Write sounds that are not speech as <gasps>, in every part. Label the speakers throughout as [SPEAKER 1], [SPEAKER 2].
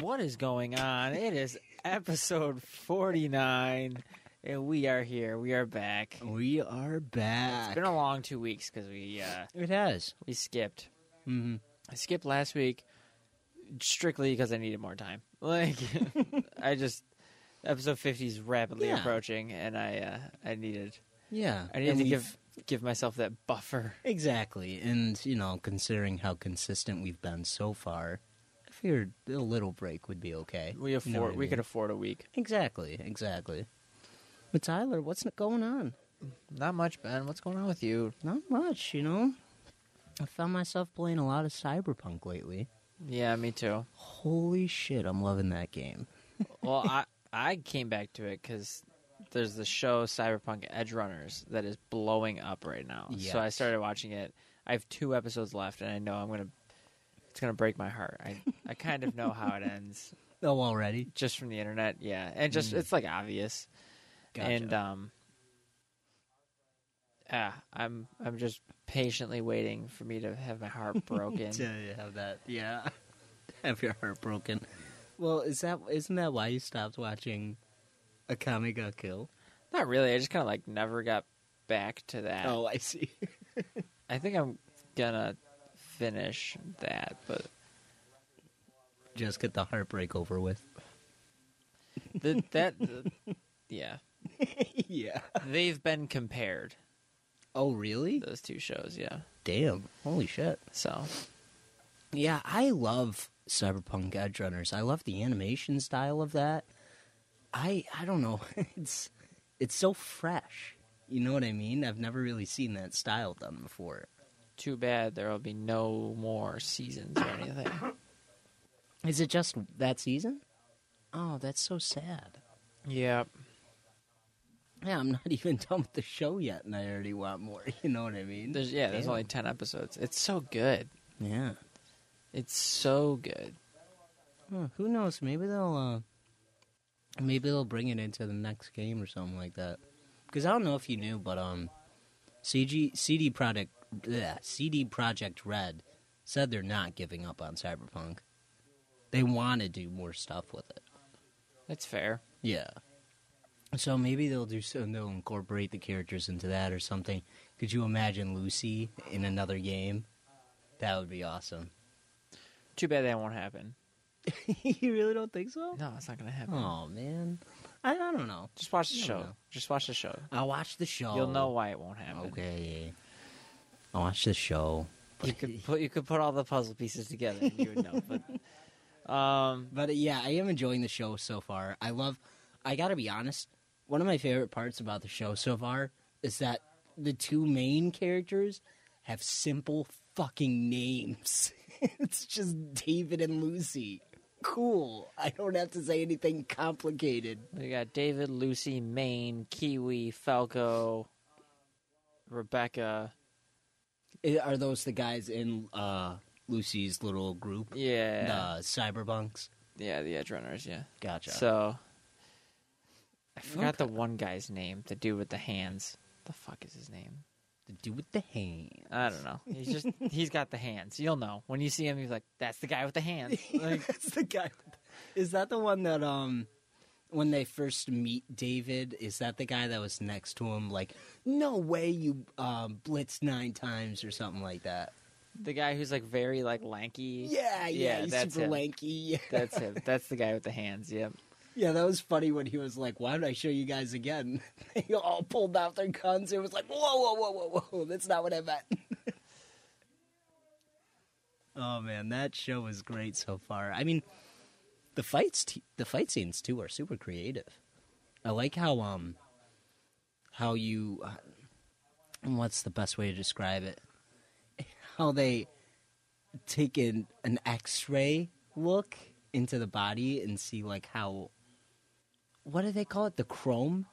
[SPEAKER 1] What is going on? It is episode 49, and we are here. We are back.
[SPEAKER 2] We are
[SPEAKER 1] It's
[SPEAKER 2] back.
[SPEAKER 1] been a long two weeks because we uh,
[SPEAKER 2] it has.
[SPEAKER 1] we skipped.
[SPEAKER 2] Mm-hmm.
[SPEAKER 1] I skipped last week strictly because I needed more time. <laughs> Like I just episode 50 is rapidly
[SPEAKER 2] Yeah.
[SPEAKER 1] approaching, and I uh, I needed
[SPEAKER 2] Yeah.
[SPEAKER 1] I needed
[SPEAKER 2] And
[SPEAKER 1] to
[SPEAKER 2] we've-
[SPEAKER 1] give give myself that buffer.
[SPEAKER 2] Exactly. And, you know, considering how consistent we've been so far, I figured a little break would be okay.
[SPEAKER 1] We afford
[SPEAKER 2] You know what I
[SPEAKER 1] we
[SPEAKER 2] mean?
[SPEAKER 1] could afford a week.
[SPEAKER 2] Exactly, exactly. But Tyler, what's going on?
[SPEAKER 1] Not much, Ben. What's going on with you?
[SPEAKER 2] Not much, you know? I found myself playing a lot of Cyberpunk lately.
[SPEAKER 1] Yeah, me too.
[SPEAKER 2] Holy shit, I'm loving that game.
[SPEAKER 1] well, I I came back to it because there's the show Cyberpunk Edge Runners that is blowing up right now.
[SPEAKER 2] Yes.
[SPEAKER 1] So I started watching it. I have two episodes left, and I know I'm gonna. It's gonna break my heart. I I kind of know how it
[SPEAKER 2] <laughs>
[SPEAKER 1] ends
[SPEAKER 2] Oh, already?
[SPEAKER 1] just from the internet. Yeah, and just
[SPEAKER 2] Mm.
[SPEAKER 1] it's like obvious.
[SPEAKER 2] Gotcha.
[SPEAKER 1] And um. Yeah, I'm I'm just patiently waiting for me to have my
[SPEAKER 2] <laughs>
[SPEAKER 1] heart broken.
[SPEAKER 2] to have that, yeah. <laughs> have your heart broken. Well, is that isn't that why you stopped watching Akame Ga Kill?
[SPEAKER 1] Not really. I just kind of like never got back to that.
[SPEAKER 2] Oh, I see. <laughs>
[SPEAKER 1] I think I'm gonna finish that, but
[SPEAKER 2] Just get the heartbreak over with.
[SPEAKER 1] th- that, th- yeah,
[SPEAKER 2] <laughs> yeah.
[SPEAKER 1] they've been compared
[SPEAKER 2] Oh, really?
[SPEAKER 1] those two shows, yeah.
[SPEAKER 2] Damn. Holy shit.
[SPEAKER 1] So
[SPEAKER 2] Yeah, I love Cyberpunk Edge Runners. I love the animation style of that. I I don't know. <laughs> It's it's so fresh. You know what I mean? I've never really seen that style done before.
[SPEAKER 1] too bad there will be no more seasons or anything.
[SPEAKER 2] Is it just that season? Oh, that's so sad.
[SPEAKER 1] Yep.
[SPEAKER 2] Yeah, I'm not <laughs> even done with the show yet, and I already want more. <laughs> You know what I mean?
[SPEAKER 1] There's yeah. There's
[SPEAKER 2] Damn.
[SPEAKER 1] only ten episodes. It's so good.
[SPEAKER 2] yeah.
[SPEAKER 1] It's so good.
[SPEAKER 2] Huh, who knows? Maybe they'll uh, maybe they'll bring it into the next game or something like that. Because I don't know if you knew, but um, CG CD Project bleh, CD Project Red said they're not giving up on Cyberpunk. They want to do more stuff with it.
[SPEAKER 1] That's fair.
[SPEAKER 2] Yeah. So maybe they'll do so. They'll incorporate the characters into that or something. Could you imagine Lucy in another game? That would be awesome. <laughs>
[SPEAKER 1] Too bad that won't happen.
[SPEAKER 2] you really don't think so?
[SPEAKER 1] No, it's not gonna happen.
[SPEAKER 2] Oh man, I, I don't know.
[SPEAKER 1] Hmm. Just watch the
[SPEAKER 2] I don't
[SPEAKER 1] show.
[SPEAKER 2] know.
[SPEAKER 1] Just watch the show.
[SPEAKER 2] I watched the show.
[SPEAKER 1] You'll know why it won't happen.
[SPEAKER 2] Okay. I watched the show.
[SPEAKER 1] You could put you could put all the puzzle pieces together and you would know. <laughs> But um,
[SPEAKER 2] But uh, yeah, I am enjoying the show so far. I love. I gotta be honest. One of my favorite parts about the show so far is that the two main characters have simple fucking names. <laughs> it's just David and Lucy. Cool. I don't have to say anything complicated.
[SPEAKER 1] We got David, Lucy, Maine, Kiwi, Falco, Rebecca.
[SPEAKER 2] I- Are those the guys in uh, Lucy's little group?
[SPEAKER 1] Yeah.
[SPEAKER 2] The cyberbunks.
[SPEAKER 1] Yeah, the Edge Runners, yeah.
[SPEAKER 2] Gotcha.
[SPEAKER 1] So I forgot the one guy's name, the dude with the hands. The fuck is his name?
[SPEAKER 2] the dude with the hand.
[SPEAKER 1] I don't know. He's
[SPEAKER 2] <laughs>
[SPEAKER 1] just he's got the hands. You'll know. When you see him, he's like, That's the guy with the
[SPEAKER 2] <laughs>
[SPEAKER 1] hands. Like
[SPEAKER 2] That's the guy. Is that the one that um when they first meet David? Is that the guy that was next to him? Like, no way you um, blitz nine times or something like that.
[SPEAKER 1] the guy who's like very like lanky.
[SPEAKER 2] Yeah, yeah, he's
[SPEAKER 1] that's
[SPEAKER 2] super
[SPEAKER 1] him.
[SPEAKER 2] lanky. <laughs> Yeah.
[SPEAKER 1] That's him. That's the guy with the hands, yep.
[SPEAKER 2] yeah, that was funny when he was like, "Why did I show you guys again?" <laughs> they all pulled out their guns. It was like, "Whoa, whoa, whoa, whoa, whoa! That's not what I meant." <laughs> oh man, that show is great so far. I mean, the fights, t- the fight scenes too are super creative. I like how um, how you, uh, what's the best way to describe it? <laughs> how they take in an X-ray look into the body and see like how what do they call it? The chrome?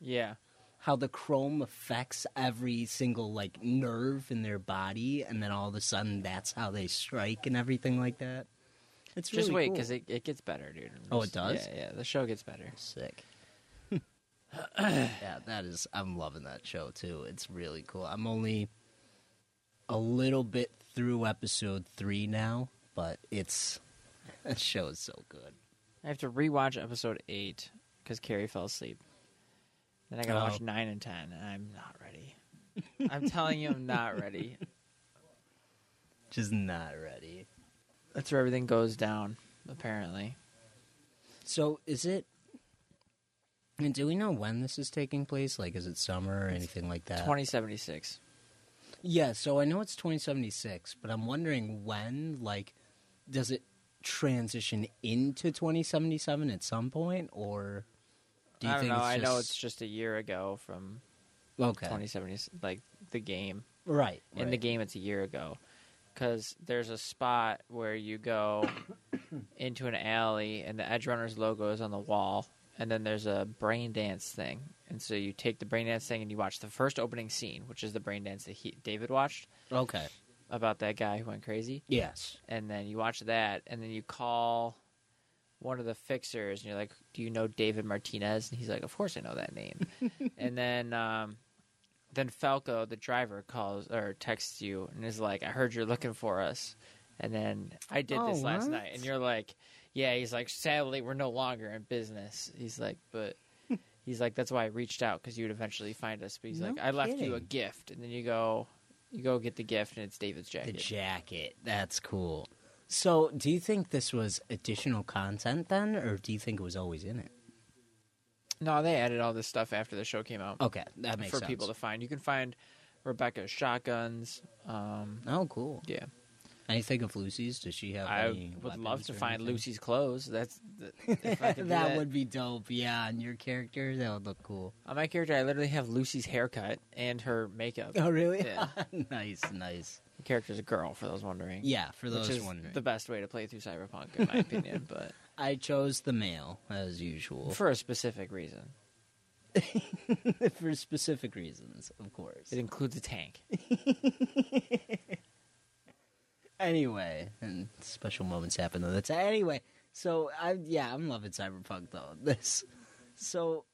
[SPEAKER 1] Yeah.
[SPEAKER 2] How the chrome affects every single like nerve in their body, and then all of a sudden that's how they strike and everything like that. It's
[SPEAKER 1] Just
[SPEAKER 2] really
[SPEAKER 1] wait,
[SPEAKER 2] cool.
[SPEAKER 1] because it, it gets better, dude. I'm
[SPEAKER 2] Oh, it
[SPEAKER 1] just-
[SPEAKER 2] does?
[SPEAKER 1] Yeah, yeah. The show gets better.
[SPEAKER 2] Sick. <laughs> yeah, that is. I'm loving that show too. It's really cool. I'm only a little bit through episode three now, but it's <laughs> that show is so good.
[SPEAKER 1] I have to rewatch episode eight because Carrie fell asleep. Then I gotta watch
[SPEAKER 2] Oh.
[SPEAKER 1] nine and ten, and I'm not ready. I'm telling you, I'm not
[SPEAKER 2] <laughs>
[SPEAKER 1] ready.
[SPEAKER 2] Just not ready.
[SPEAKER 1] That's where everything goes down, apparently.
[SPEAKER 2] So is it? And do we know when this is taking place? Like, is it summer or anything like that?
[SPEAKER 1] 2076.
[SPEAKER 2] Yeah, so I know it's 2076, but I'm wondering when, like, does it transition into 2077 at some point, or do you
[SPEAKER 1] I don't
[SPEAKER 2] think
[SPEAKER 1] know.
[SPEAKER 2] it's
[SPEAKER 1] I know
[SPEAKER 2] just-
[SPEAKER 1] it's just a year ago from
[SPEAKER 2] okay,
[SPEAKER 1] 2070, like the game.
[SPEAKER 2] right,
[SPEAKER 1] in the
[SPEAKER 2] right.
[SPEAKER 1] game it's a year ago because there's a spot where you go <coughs> into an alley and the edge runners logo is on the wall and then there's a brain dance thing and so you take the brain dance thing and you watch the first opening scene which is the brain dance that he, david watched
[SPEAKER 2] Okay,
[SPEAKER 1] about that guy who went crazy
[SPEAKER 2] yes,
[SPEAKER 1] and then you watch that and then you call one of the fixers and you're like do you know david martinez and he's like of course i know that
[SPEAKER 2] <laughs>
[SPEAKER 1] name and then um, then falco the driver calls or texts you and is like i heard you're looking for us and then i did
[SPEAKER 2] Oh,
[SPEAKER 1] this last
[SPEAKER 2] what?
[SPEAKER 1] night and you're like yeah he's like sadly we're no longer in business he's like
[SPEAKER 2] <laughs>
[SPEAKER 1] but he's like that's why i reached out because you'd eventually find us but he's
[SPEAKER 2] No
[SPEAKER 1] like i left you a
[SPEAKER 2] kidding.
[SPEAKER 1] gift and then you go you go get the gift and it's david's
[SPEAKER 2] the
[SPEAKER 1] jacket
[SPEAKER 2] jacket. That's cool. So, do you think this was additional content then, or do you think it was always in it?
[SPEAKER 1] No, they added all this stuff after the show came out
[SPEAKER 2] Okay, Oh, that makes
[SPEAKER 1] for
[SPEAKER 2] sense.
[SPEAKER 1] people to find. You can find Rebecca's shotguns. Um,
[SPEAKER 2] Oh, cool.
[SPEAKER 1] yeah,
[SPEAKER 2] And you think of Lucy's? Does she have?
[SPEAKER 1] I
[SPEAKER 2] any
[SPEAKER 1] would love
[SPEAKER 2] weapons
[SPEAKER 1] to
[SPEAKER 2] or
[SPEAKER 1] find
[SPEAKER 2] anything? <laughs>
[SPEAKER 1] Lucy's clothes. That's th- if I
[SPEAKER 2] that,
[SPEAKER 1] could do that
[SPEAKER 2] would be dope. Yeah, and your character, that would look cool.
[SPEAKER 1] on my character. I literally have Lucy's haircut and her
[SPEAKER 2] <laughs>
[SPEAKER 1] makeup.
[SPEAKER 2] Oh, really?
[SPEAKER 1] Yeah.
[SPEAKER 2] nice, nice.
[SPEAKER 1] The character's a girl, for those wondering.
[SPEAKER 2] Yeah, for
[SPEAKER 1] which
[SPEAKER 2] those
[SPEAKER 1] is
[SPEAKER 2] wondering,
[SPEAKER 1] the best way to play through Cyberpunk, in my
[SPEAKER 2] <laughs>
[SPEAKER 1] opinion, but
[SPEAKER 2] I chose the male as usual <laughs> for,
[SPEAKER 1] for a specific reason.
[SPEAKER 2] specific reasons, of course.
[SPEAKER 1] It includes a
[SPEAKER 2] <laughs>
[SPEAKER 1] tank.
[SPEAKER 2] Anyway, and special moments happen though. That's anyway. So I yeah, I'm loving Cyberpunk though. This <laughs> so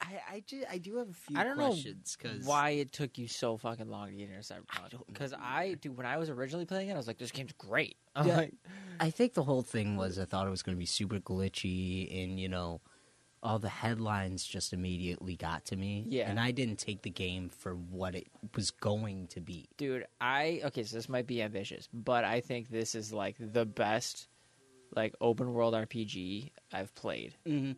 [SPEAKER 2] I I, ju- I do have a few
[SPEAKER 1] I don't know
[SPEAKER 2] questions because
[SPEAKER 1] why it took you so fucking long to get into Cyberpunk. Because I, dude, when I was originally playing it, I was like, this game's great. I'm
[SPEAKER 2] Yeah.
[SPEAKER 1] like,
[SPEAKER 2] I think the whole thing was I thought it was going to be super glitchy, and you know, all the headlines just immediately got to me.
[SPEAKER 1] Yeah.
[SPEAKER 2] and I didn't take the game for what it was going to be.
[SPEAKER 1] dude i okay so this might be ambitious but i think this is like the best like open world rpg i've played
[SPEAKER 2] Mm-hmm.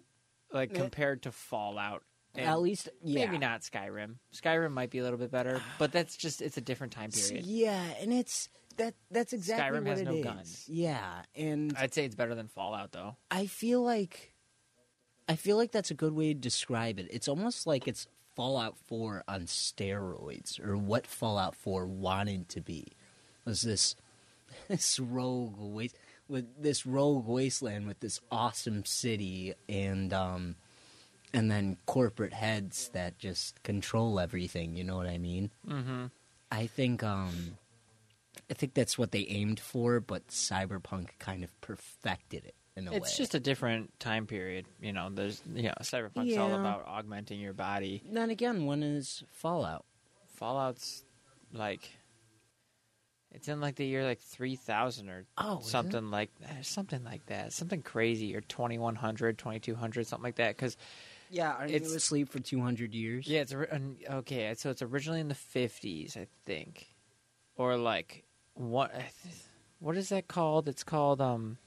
[SPEAKER 1] like
[SPEAKER 2] Yeah.
[SPEAKER 1] compared to fallout and
[SPEAKER 2] At least, yeah,
[SPEAKER 1] maybe not skyrim skyrim might be a little bit better but that's just it's a different time
[SPEAKER 2] S-
[SPEAKER 1] period
[SPEAKER 2] Yeah, and it's that. That's exactly
[SPEAKER 1] Skyrim
[SPEAKER 2] what
[SPEAKER 1] has
[SPEAKER 2] it
[SPEAKER 1] no
[SPEAKER 2] is.
[SPEAKER 1] guns.
[SPEAKER 2] Yeah, and
[SPEAKER 1] i'd say it's better than fallout though
[SPEAKER 2] I feel like I feel like that's a good way to describe it. It's almost like it's Fallout 4 on steroids or what Fallout 4 wanted to be. Was this <laughs> this rogue waste with this rogue wasteland with this awesome city and um and then corporate heads that just control everything, you know what I mean?
[SPEAKER 1] mm-hmm
[SPEAKER 2] I think um I think that's what they aimed for, but Cyberpunk kind of perfected it in a way.
[SPEAKER 1] it's just a different time period you know there's you know cyberpunk's all
[SPEAKER 2] Yeah.
[SPEAKER 1] about augmenting your body
[SPEAKER 2] Then again, one is Fallout.
[SPEAKER 1] fallout's like it's in like the year like 3000 or
[SPEAKER 2] Oh, is it?
[SPEAKER 1] something like eh, something like that, something crazy, or 2100, 2200, something like that. Because
[SPEAKER 2] Yeah, are
[SPEAKER 1] you
[SPEAKER 2] you asleep for two hundred years?
[SPEAKER 1] yeah, it's ori- an- okay. So it's originally in the fifties, I think, or like what? eh, What is that called? It's called um.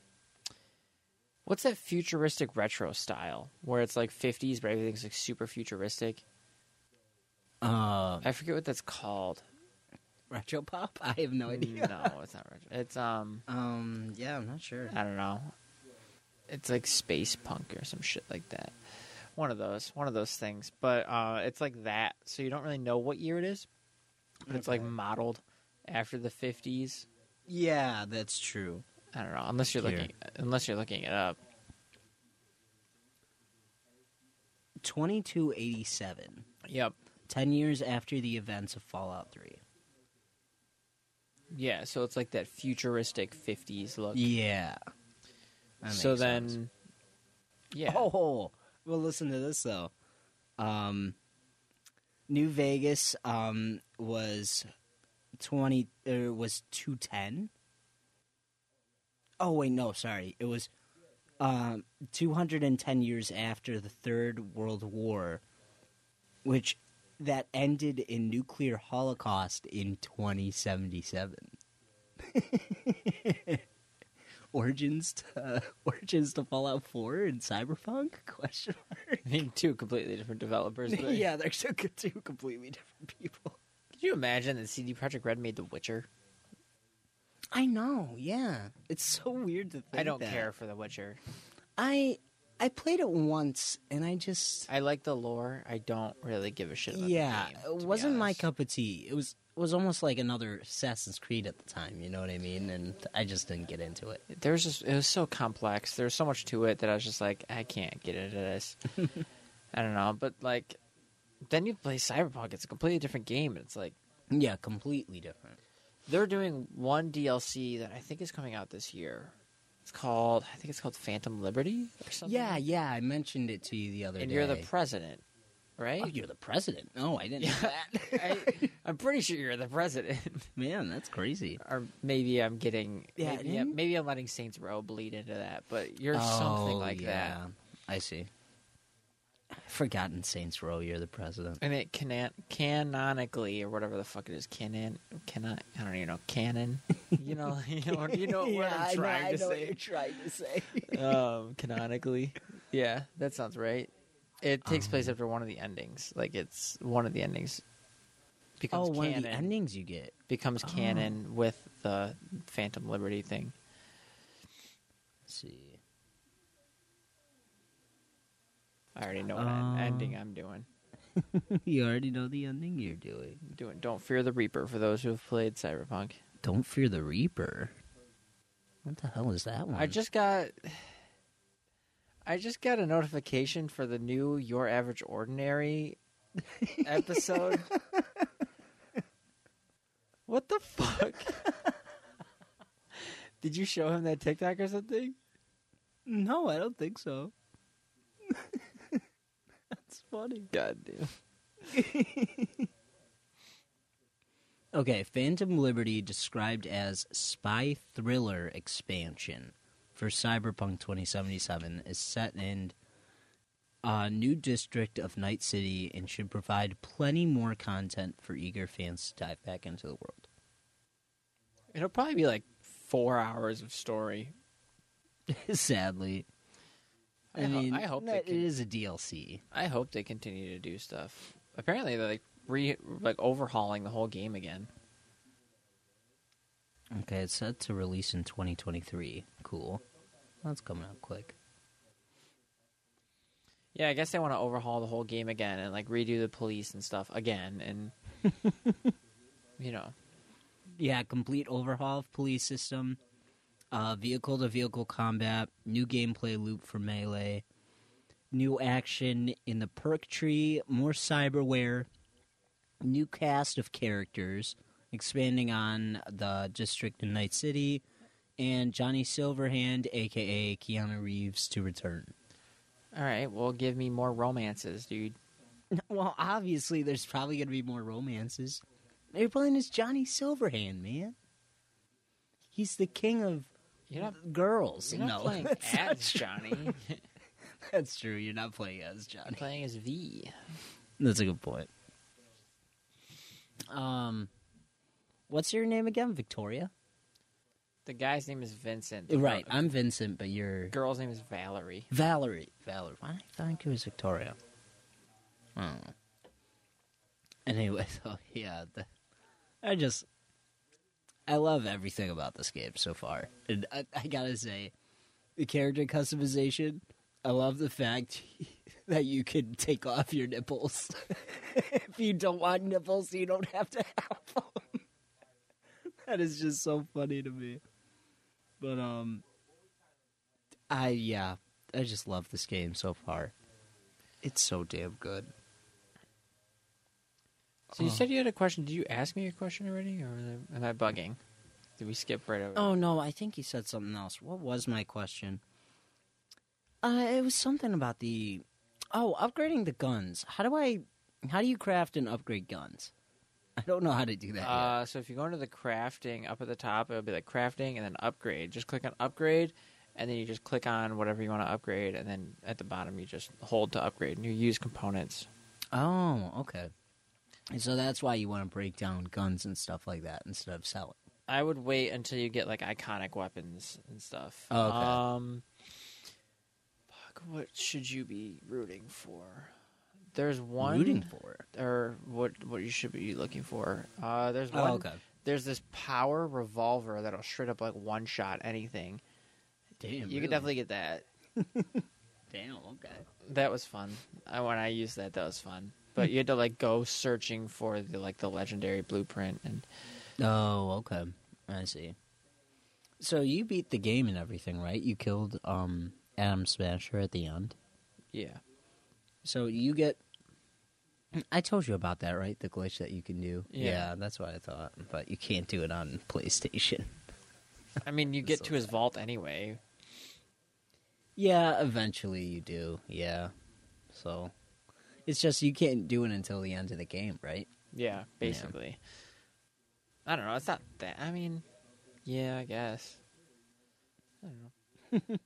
[SPEAKER 1] What's that futuristic retro style where it's like fifties, but everything's like super futuristic?
[SPEAKER 2] Uh,
[SPEAKER 1] I forget what that's called.
[SPEAKER 2] retro pop? <laughs> I have no
[SPEAKER 1] No,
[SPEAKER 2] idea.
[SPEAKER 1] it's not retro. It's um,
[SPEAKER 2] Um, yeah, I'm not sure.
[SPEAKER 1] I don't know. It's like space punk or some shit like that. One of those, one of those things. But uh, it's like that, so you don't really know what year it is. But it's like modeled after the fifties.
[SPEAKER 2] Yeah, that's true.
[SPEAKER 1] I don't know. Unless you're
[SPEAKER 2] Here.
[SPEAKER 1] looking, unless you're looking it up.
[SPEAKER 2] 2287,
[SPEAKER 1] Yep.
[SPEAKER 2] 10 years after the events of Fallout 3.
[SPEAKER 1] Yeah. So it's like that futuristic fifties look.
[SPEAKER 2] Yeah. That
[SPEAKER 1] so
[SPEAKER 2] makes
[SPEAKER 1] then,
[SPEAKER 2] sense.
[SPEAKER 1] yeah.
[SPEAKER 2] <laughs> Oh, well, listen to this though. Um, New Vegas um, was twenty. Er, was two ten. Oh wait, no, sorry. It was um, two hundred and ten years after the Third World War, which that ended in nuclear holocaust in twenty seventy seven. origins to <laughs> origins to Fallout Four and Cyberpunk? <laughs> Question mark.
[SPEAKER 1] <laughs> I mean, two completely different developers. <laughs> But
[SPEAKER 2] <laughs> yeah, they're so good, two completely different people.
[SPEAKER 1] Could you imagine that CD Projekt Red made The Witcher?
[SPEAKER 2] I know. Yeah, it's so weird to think.
[SPEAKER 1] I don't
[SPEAKER 2] that.
[SPEAKER 1] care for The Witcher.
[SPEAKER 2] I I played it once, and I just
[SPEAKER 1] I like the lore. I don't really give a shit about
[SPEAKER 2] yeah,
[SPEAKER 1] the game.
[SPEAKER 2] it
[SPEAKER 1] to be
[SPEAKER 2] wasn't my
[SPEAKER 1] honest.
[SPEAKER 2] cup of tea. It was it was almost like another Assassin's Creed at the time. You know what I mean? And I just didn't get into it.
[SPEAKER 1] There's just it was so complex. There was so much to it that I was just like, I can't get into this.
[SPEAKER 2] <laughs>
[SPEAKER 1] I don't know, but like, then you play Cyberpunk. It's a completely different game, and it's like
[SPEAKER 2] Yeah, completely different.
[SPEAKER 1] they're doing one DLC that I think is coming out this year. It's called I think it's called Phantom Liberty or something.
[SPEAKER 2] Yeah, yeah. I mentioned it to you the other
[SPEAKER 1] and
[SPEAKER 2] day.
[SPEAKER 1] you're the president, right?
[SPEAKER 2] oh, you're the president. No, I didn't know
[SPEAKER 1] <laughs> Yeah.
[SPEAKER 2] that.
[SPEAKER 1] I, I'm pretty sure you're the president,
[SPEAKER 2] <laughs> Man, that's crazy.
[SPEAKER 1] or maybe I'm getting
[SPEAKER 2] Yeah,
[SPEAKER 1] maybe, yeah,
[SPEAKER 2] didn't-
[SPEAKER 1] maybe I'm letting Saints Row bleed into that, but you're
[SPEAKER 2] Oh,
[SPEAKER 1] something like that.
[SPEAKER 2] I see. Forgotten Saints Row, you're the president.
[SPEAKER 1] and it can canonically or whatever the fuck it is canon cannot I don't even know
[SPEAKER 2] <laughs>
[SPEAKER 1] canon you know you know you know <laughs> what I'm trying to say
[SPEAKER 2] trying
[SPEAKER 1] <laughs>
[SPEAKER 2] to say.
[SPEAKER 1] um canonically yeah that sounds right it takes place after one of the endings like it's one of the endings becomes
[SPEAKER 2] oh, one
[SPEAKER 1] canon
[SPEAKER 2] of the Oh. endings you get.
[SPEAKER 1] becomes canon with the Phantom Liberty thing
[SPEAKER 2] Let's see.
[SPEAKER 1] I already know what en- ending
[SPEAKER 2] Oh.
[SPEAKER 1] I'm doing
[SPEAKER 2] <laughs> you already know the ending you're doing.
[SPEAKER 1] I'm doing don't fear the Reaper for those who have played Cyberpunk
[SPEAKER 2] Don't fear the Reaper. What the hell is that one?
[SPEAKER 1] I just got I just got a notification for the new Your Average <laughs> Ordinary episode. what the fuck? <laughs> Did you show him that TikTok or something?
[SPEAKER 2] No, I don't think so. That's funny.
[SPEAKER 1] God damn.
[SPEAKER 2] Okay, Phantom Liberty described as spy thriller expansion for Cyberpunk 2077 is set in a new district of Night City and should provide plenty more content for eager fans to dive back into the world. <laughs>
[SPEAKER 1] It'll probably be like four hours of story.
[SPEAKER 2] Sadly,
[SPEAKER 1] I, ho- I hope they
[SPEAKER 2] that
[SPEAKER 1] can-
[SPEAKER 2] it is a DLC.
[SPEAKER 1] I hope they continue to do stuff. Apparently they're like re like overhauling the whole game again.
[SPEAKER 2] Okay, it's set to release in 2023. Cool, that's coming up quick.
[SPEAKER 1] Yeah, I guess they want to overhaul the whole game again and like redo the police and stuff again and
[SPEAKER 2] <laughs>
[SPEAKER 1] you know.
[SPEAKER 2] Yeah, complete overhaul of police system, uh, vehicle to vehicle combat, new gameplay loop for melee, new action in the perk tree, more cyberware, new cast of characters, expanding on the district in Night City, and Johnny Silverhand, aka Keanu Reeves, to return.
[SPEAKER 1] All right, well give me more romances, dude.
[SPEAKER 2] Well, obviously, there's probably going to be more romances. They're playing as Johnny Silverhand, man. He's the king of
[SPEAKER 1] You're not,
[SPEAKER 2] girls.
[SPEAKER 1] you're not
[SPEAKER 2] no, <laughs>
[SPEAKER 1] playing
[SPEAKER 2] that's, not
[SPEAKER 1] as
[SPEAKER 2] true. <laughs>
[SPEAKER 1] Johnny. You're
[SPEAKER 2] that's true. You're not playing as Johnny.
[SPEAKER 1] playing as V.
[SPEAKER 2] That's a good point. Um, what's your name again, Victoria?
[SPEAKER 1] The guy's name is Vincent. The
[SPEAKER 2] Right,
[SPEAKER 1] girl-
[SPEAKER 2] I'm Vincent, but you're
[SPEAKER 1] girl's name is Valerie.
[SPEAKER 2] Valerie. Valerie. Why did I think it was Victoria? Oh. Anyway, <laughs> so oh, yeah, the, I just I love everything about this game so far, and I, I gotta say, the character customization. I love the fact <laughs> that you can take off your <laughs> nipples. if you don't want nipples, you don't have to have them. <laughs> that is just so funny to me. But um, I yeah, I just love this game so far. It's so damn good.
[SPEAKER 1] So
[SPEAKER 2] Uh-huh.
[SPEAKER 1] you said you had a question. Did you ask me a question already, or am I bugging? Did we skip right over?
[SPEAKER 2] Oh no, I think he said something else. What was my question? Uh, it was something about the oh upgrading the guns. How do I? How do you craft and upgrade guns? I don't know how to do that. yet.
[SPEAKER 1] Uh, so if you go into the crafting up at the top, it'll be like crafting and then upgrade. Just click on upgrade, and then you just click on whatever you want to upgrade, and then at the bottom you just hold to upgrade and you use components.
[SPEAKER 2] Oh, okay. And so that's why you want to break down guns and stuff like that instead of selling.
[SPEAKER 1] I would wait until you get like iconic weapons and stuff.
[SPEAKER 2] Oh, okay.
[SPEAKER 1] Um, fuck, what should you be rooting for? There's one
[SPEAKER 2] Rooting for it.
[SPEAKER 1] or what what you should be looking for. Uh, there's one.
[SPEAKER 2] Oh, okay.
[SPEAKER 1] There's this power revolver that'll straight up like one shot anything.
[SPEAKER 2] Damn.
[SPEAKER 1] you
[SPEAKER 2] really?
[SPEAKER 1] could definitely get that.
[SPEAKER 2] Damn. Okay.
[SPEAKER 1] That was fun. I, when I used that, that was fun. But you had to like go searching for the like the legendary blueprint, and
[SPEAKER 2] Oh, okay. I see. So you beat the game and everything, right? You killed um Adam Smasher at the end.
[SPEAKER 1] yeah,
[SPEAKER 2] So you get. I told you about that, right? The glitch that you can do.
[SPEAKER 1] Yeah.
[SPEAKER 2] that's what I thought. But you can't do it on PlayStation. <laughs>
[SPEAKER 1] I mean you get
[SPEAKER 2] So
[SPEAKER 1] to his vault anyway.
[SPEAKER 2] Yeah, eventually you do. Yeah. So it's just you can't do it until the end of the game, right?
[SPEAKER 1] Yeah, basically. I don't know. It's not that. I mean, yeah, I guess. I don't know.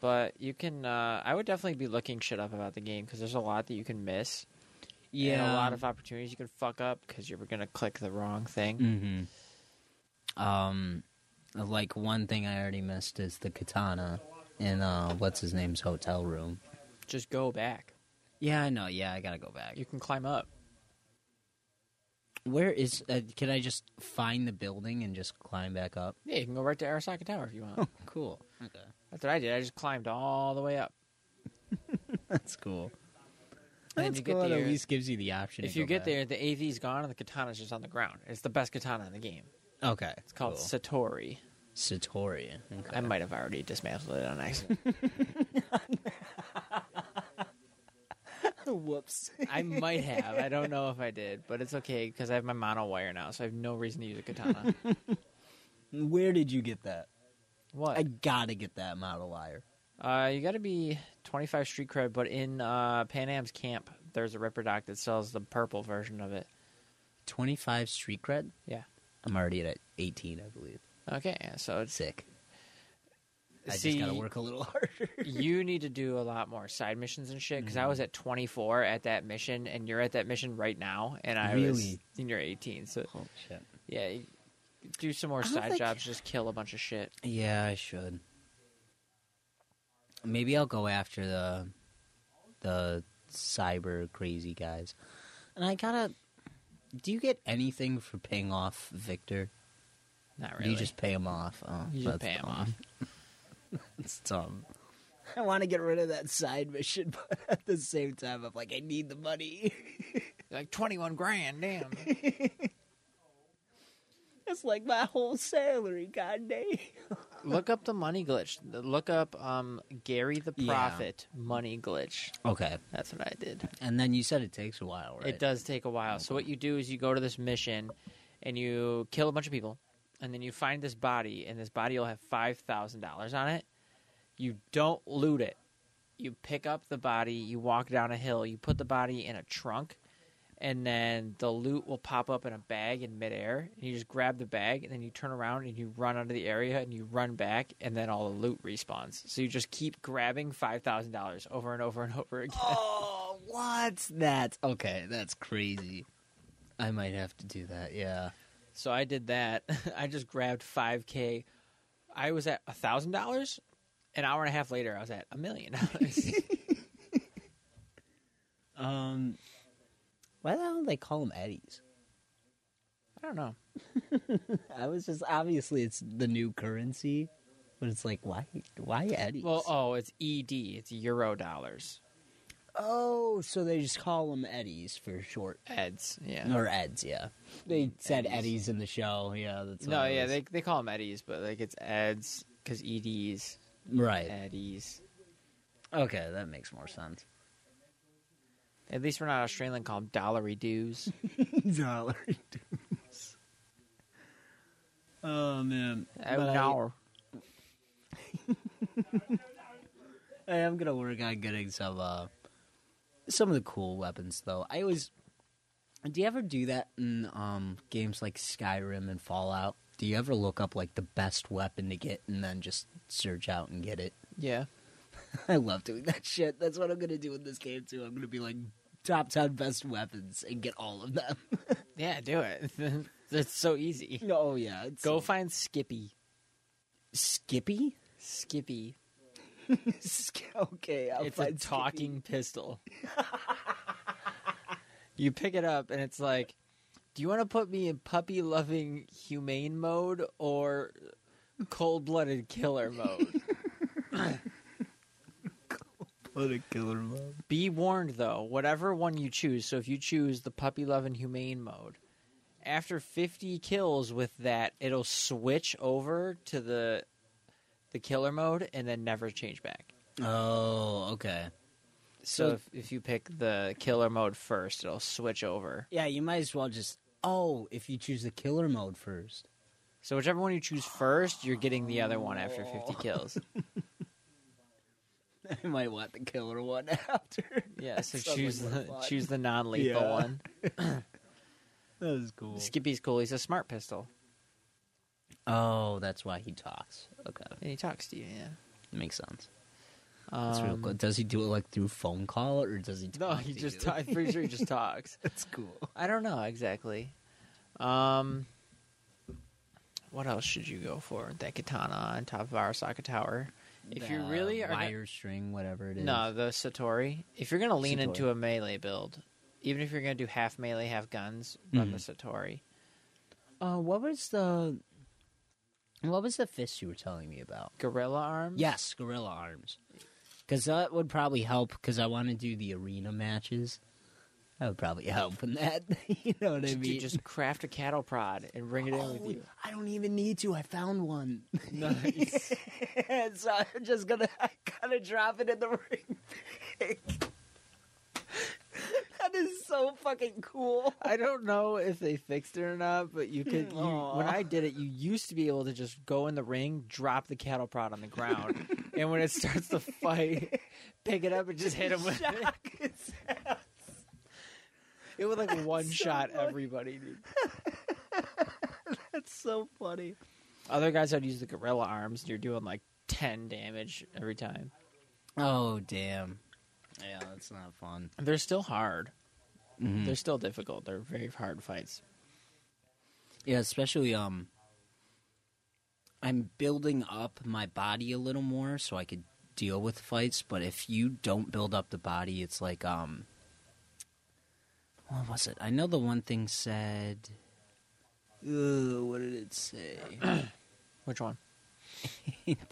[SPEAKER 1] but you can. Uh, I would definitely be looking shit up about the game because there's a lot that you can miss. and a lot of opportunities you can fuck up because you're gonna click the wrong thing.
[SPEAKER 2] Mm-hmm. Um, like one thing I already missed is the katana in uh, what's his name's hotel room.
[SPEAKER 1] Just go back.
[SPEAKER 2] Yeah, I know. Yeah, I gotta go back.
[SPEAKER 1] You can climb up.
[SPEAKER 2] Where is? Uh, can I just find the building and just climb back up?
[SPEAKER 1] Yeah, you can go right to Arasaka Tower if you want.
[SPEAKER 2] cool. Okay,
[SPEAKER 1] That's what I did. I just climbed all the way up.
[SPEAKER 2] <laughs> that's cool.
[SPEAKER 1] Then
[SPEAKER 2] That's
[SPEAKER 1] you get
[SPEAKER 2] cool. It
[SPEAKER 1] the-
[SPEAKER 2] at least gives you the option.
[SPEAKER 1] if
[SPEAKER 2] to
[SPEAKER 1] you
[SPEAKER 2] go
[SPEAKER 1] get
[SPEAKER 2] back.
[SPEAKER 1] there, the AV's gone and the katana's just on the ground. It's the best katana in the game.
[SPEAKER 2] okay,
[SPEAKER 1] It's called
[SPEAKER 2] cool.
[SPEAKER 1] Satori.
[SPEAKER 2] Satori.
[SPEAKER 1] <laughs> I might have already dismantled it on accident.
[SPEAKER 2] Whoops.
[SPEAKER 1] I might have. I don't know if I did, but it's okay because I have my mono wire now, so I have no reason to use a katana.
[SPEAKER 2] <laughs> <laughs> Where did you get that? I
[SPEAKER 1] What?
[SPEAKER 2] gotta get that model wire.
[SPEAKER 1] Uh, you got to be 25 street cred, but in uh, Pan Am's camp, there's a Ripperdoc that sells the purple version of it.
[SPEAKER 2] Twenty-five street cred.
[SPEAKER 1] Yeah.
[SPEAKER 2] I'm already at eighteen, I believe.
[SPEAKER 1] Okay, so it's
[SPEAKER 2] Sick. I
[SPEAKER 1] See,
[SPEAKER 2] just gotta work a little <laughs> harder.
[SPEAKER 1] you need to do a lot more side missions and shit because I
[SPEAKER 2] Mm-hmm.
[SPEAKER 1] was at 24 at that mission, and you're at that mission right now, and I was
[SPEAKER 2] Really?
[SPEAKER 1] and you're 18. So
[SPEAKER 2] Holy shit.
[SPEAKER 1] yeah, you- do some more
[SPEAKER 2] don't
[SPEAKER 1] side
[SPEAKER 2] think-
[SPEAKER 1] jobs. Just kill a bunch of shit.
[SPEAKER 2] Yeah, I should. Maybe I'll go after the the cyber crazy guys. And I gotta. Do you get anything for paying off Victor?
[SPEAKER 1] Not
[SPEAKER 2] Do
[SPEAKER 1] really.
[SPEAKER 2] You just pay him off. Oh,
[SPEAKER 1] You just
[SPEAKER 2] that's
[SPEAKER 1] pay him
[SPEAKER 2] dumb.
[SPEAKER 1] off.
[SPEAKER 2] That's dumb. I want to get rid of that side mission, <laughs> but at the same time, I'm like, I need the money. <laughs>
[SPEAKER 1] Like 21 grand, damn. <laughs>
[SPEAKER 2] That's like my whole salary, god dang.
[SPEAKER 1] Look up the money glitch. Look up um Gary the
[SPEAKER 2] Yeah.
[SPEAKER 1] Prophet money glitch.
[SPEAKER 2] Okay.
[SPEAKER 1] That's what I did.
[SPEAKER 2] And then you said it takes a while, right?
[SPEAKER 1] It does take a while. So what you do is you go to this mission and you kill a bunch of people and then you find this body and this body will have $5,000 on it. You don't loot it. You pick up the body, you walk down a hill, you put the body in a trunk and then the loot will pop up in a bag in midair and you just grab the bag and then you turn around and you run out of the area and you run back and then all the loot respawns. So you just keep grabbing $5,000 over and over and <laughs> over again.
[SPEAKER 2] Oh, what's that? Okay, that's crazy. I might have to do that, yeah.
[SPEAKER 1] So I did that. <laughs> I just grabbed 5K. I was at $1,000. An hour and a half later, I was at a million
[SPEAKER 2] <laughs>
[SPEAKER 1] dollars.
[SPEAKER 2] Um, why the hell do they call them Eddies?
[SPEAKER 1] I don't know.
[SPEAKER 2] I was just obviously it's the new currency, but it's like why why Eddies?
[SPEAKER 1] E Well, oh, it's ED. It's euro dollars.
[SPEAKER 2] Oh, so they just call them Eddies for short.
[SPEAKER 1] Eds. Yeah.
[SPEAKER 2] Or Eds, yeah. They said Eddies in the show. Yeah, that's
[SPEAKER 1] No,
[SPEAKER 2] what it
[SPEAKER 1] yeah,
[SPEAKER 2] was.
[SPEAKER 1] they they call them Eddies, but like it's Eds because EDs,
[SPEAKER 2] Right.
[SPEAKER 1] Eddies.
[SPEAKER 2] Okay, that makes more sense.
[SPEAKER 1] At least we're not Australian. Call them dollary dues.
[SPEAKER 2] <laughs> Dollar <laughs> dues. Oh man.
[SPEAKER 1] Oh,
[SPEAKER 2] <laughs> But I-
[SPEAKER 1] no.
[SPEAKER 2] I am gonna work on getting some uh some of the cool weapons though. I always do you ever do that in um games like Skyrim and Fallout? Do you ever look up like the best weapon to get and then just search out and get it? <laughs>
[SPEAKER 1] Yeah.
[SPEAKER 2] I love doing that shit. That's what I'm gonna do in this game too. I'm gonna be like top ten best weapons and get all of them. <laughs>
[SPEAKER 1] Yeah, do it. <laughs> That's so easy.
[SPEAKER 2] oh yeah, it's
[SPEAKER 1] Go find Skippy.
[SPEAKER 2] Skippy.
[SPEAKER 1] Skippy.
[SPEAKER 2] Sk- <laughs> okay, I'll
[SPEAKER 1] it's a
[SPEAKER 2] find
[SPEAKER 1] talking pistol. <laughs> you pick it up and it's like, do you want to put me in puppy loving humane mode or cold blooded killer mode?
[SPEAKER 2] Skippy. What a killer mode.
[SPEAKER 1] Be warned though, whatever one you choose. So if you choose the puppy loving humane mode, after 50 kills with that, it'll switch over to the the killer mode and then never change back.
[SPEAKER 2] Oh, okay.
[SPEAKER 1] So,
[SPEAKER 2] So-
[SPEAKER 1] if, if you pick the killer mode first, it'll switch over.
[SPEAKER 2] Yeah, you might as well just. Oh, if you choose the killer mode first. <laughs>
[SPEAKER 1] So whichever one you choose first, you're getting the other one after 50
[SPEAKER 2] Oh. <laughs>
[SPEAKER 1] kills.
[SPEAKER 2] I might want the killer one <laughs> after.
[SPEAKER 1] Yeah, so
[SPEAKER 2] <laughs> Sounds
[SPEAKER 1] choose
[SPEAKER 2] like
[SPEAKER 1] the,
[SPEAKER 2] more fun.
[SPEAKER 1] choose the non-lethal
[SPEAKER 2] Yeah.
[SPEAKER 1] one.
[SPEAKER 2] That was cool.
[SPEAKER 1] Skippy's cool. He's a smart pistol.
[SPEAKER 2] Oh, that's why he talks. Okay,
[SPEAKER 1] And he talks to you, yeah.
[SPEAKER 2] makes sense.
[SPEAKER 1] Um,
[SPEAKER 2] That's real cool. Does he do it like through phone call or does he?
[SPEAKER 1] No,
[SPEAKER 2] Talk
[SPEAKER 1] he
[SPEAKER 2] to
[SPEAKER 1] just
[SPEAKER 2] you?
[SPEAKER 1] ta- <laughs> I'm pretty sure he just talks.
[SPEAKER 2] That's cool.
[SPEAKER 1] I don't know exactly. Um, what else should you go for? That katana on top of Arasaka Tower. If you
[SPEAKER 2] The
[SPEAKER 1] really are
[SPEAKER 2] wire string, whatever it is.
[SPEAKER 1] No, the Satori. If you're gonna lean
[SPEAKER 2] Satori.
[SPEAKER 1] into a melee build, even if you're gonna do half melee, half guns, run the
[SPEAKER 2] Mm-hmm.
[SPEAKER 1] Satori.
[SPEAKER 2] Uh, what was the? What was the fist you were telling me about?
[SPEAKER 1] Gorilla arms.
[SPEAKER 2] Yes, gorilla arms. Because that would probably help. Because I want to do the arena matches. That would probably help in that. <laughs> you know what I
[SPEAKER 1] Just,
[SPEAKER 2] mean?
[SPEAKER 1] dude, just craft a cattle prod and bring it in
[SPEAKER 2] Oh,
[SPEAKER 1] with you.
[SPEAKER 2] I don't even need to. I found one. <laughs> so I'm just gonna <laughs> I gotta drop it in the <laughs> ring. that is so fucking cool. <laughs>
[SPEAKER 1] Oh, I don't know if they fixed it or not, but you could. <laughs> You,
[SPEAKER 2] Aw.
[SPEAKER 1] when I did it, you used to be able to just go in the ring, drop the cattle prod on the <laughs> ground, and when it starts to fight, pick it up and just hit him with it.
[SPEAKER 2] Shock his ass.
[SPEAKER 1] It would like <laughs> one
[SPEAKER 2] so
[SPEAKER 1] shot
[SPEAKER 2] funny.
[SPEAKER 1] everybody. Dude.
[SPEAKER 2] That's so funny.
[SPEAKER 1] Other guys, I'd use the gorilla arms. and You're doing like ten damage every time.
[SPEAKER 2] Oh damn. Yeah, that's not fun.
[SPEAKER 1] They're still hard.
[SPEAKER 2] Hmm. Mm-hmm.
[SPEAKER 1] They're still difficult. They're very hard fights.
[SPEAKER 2] Yeah, especially um I'm building up my body a little more so I could deal with fights, but if you don't build up the body, it's like um what was it? I know the one thing said Ugh, what did it say? <clears throat>
[SPEAKER 1] Which one?
[SPEAKER 2] it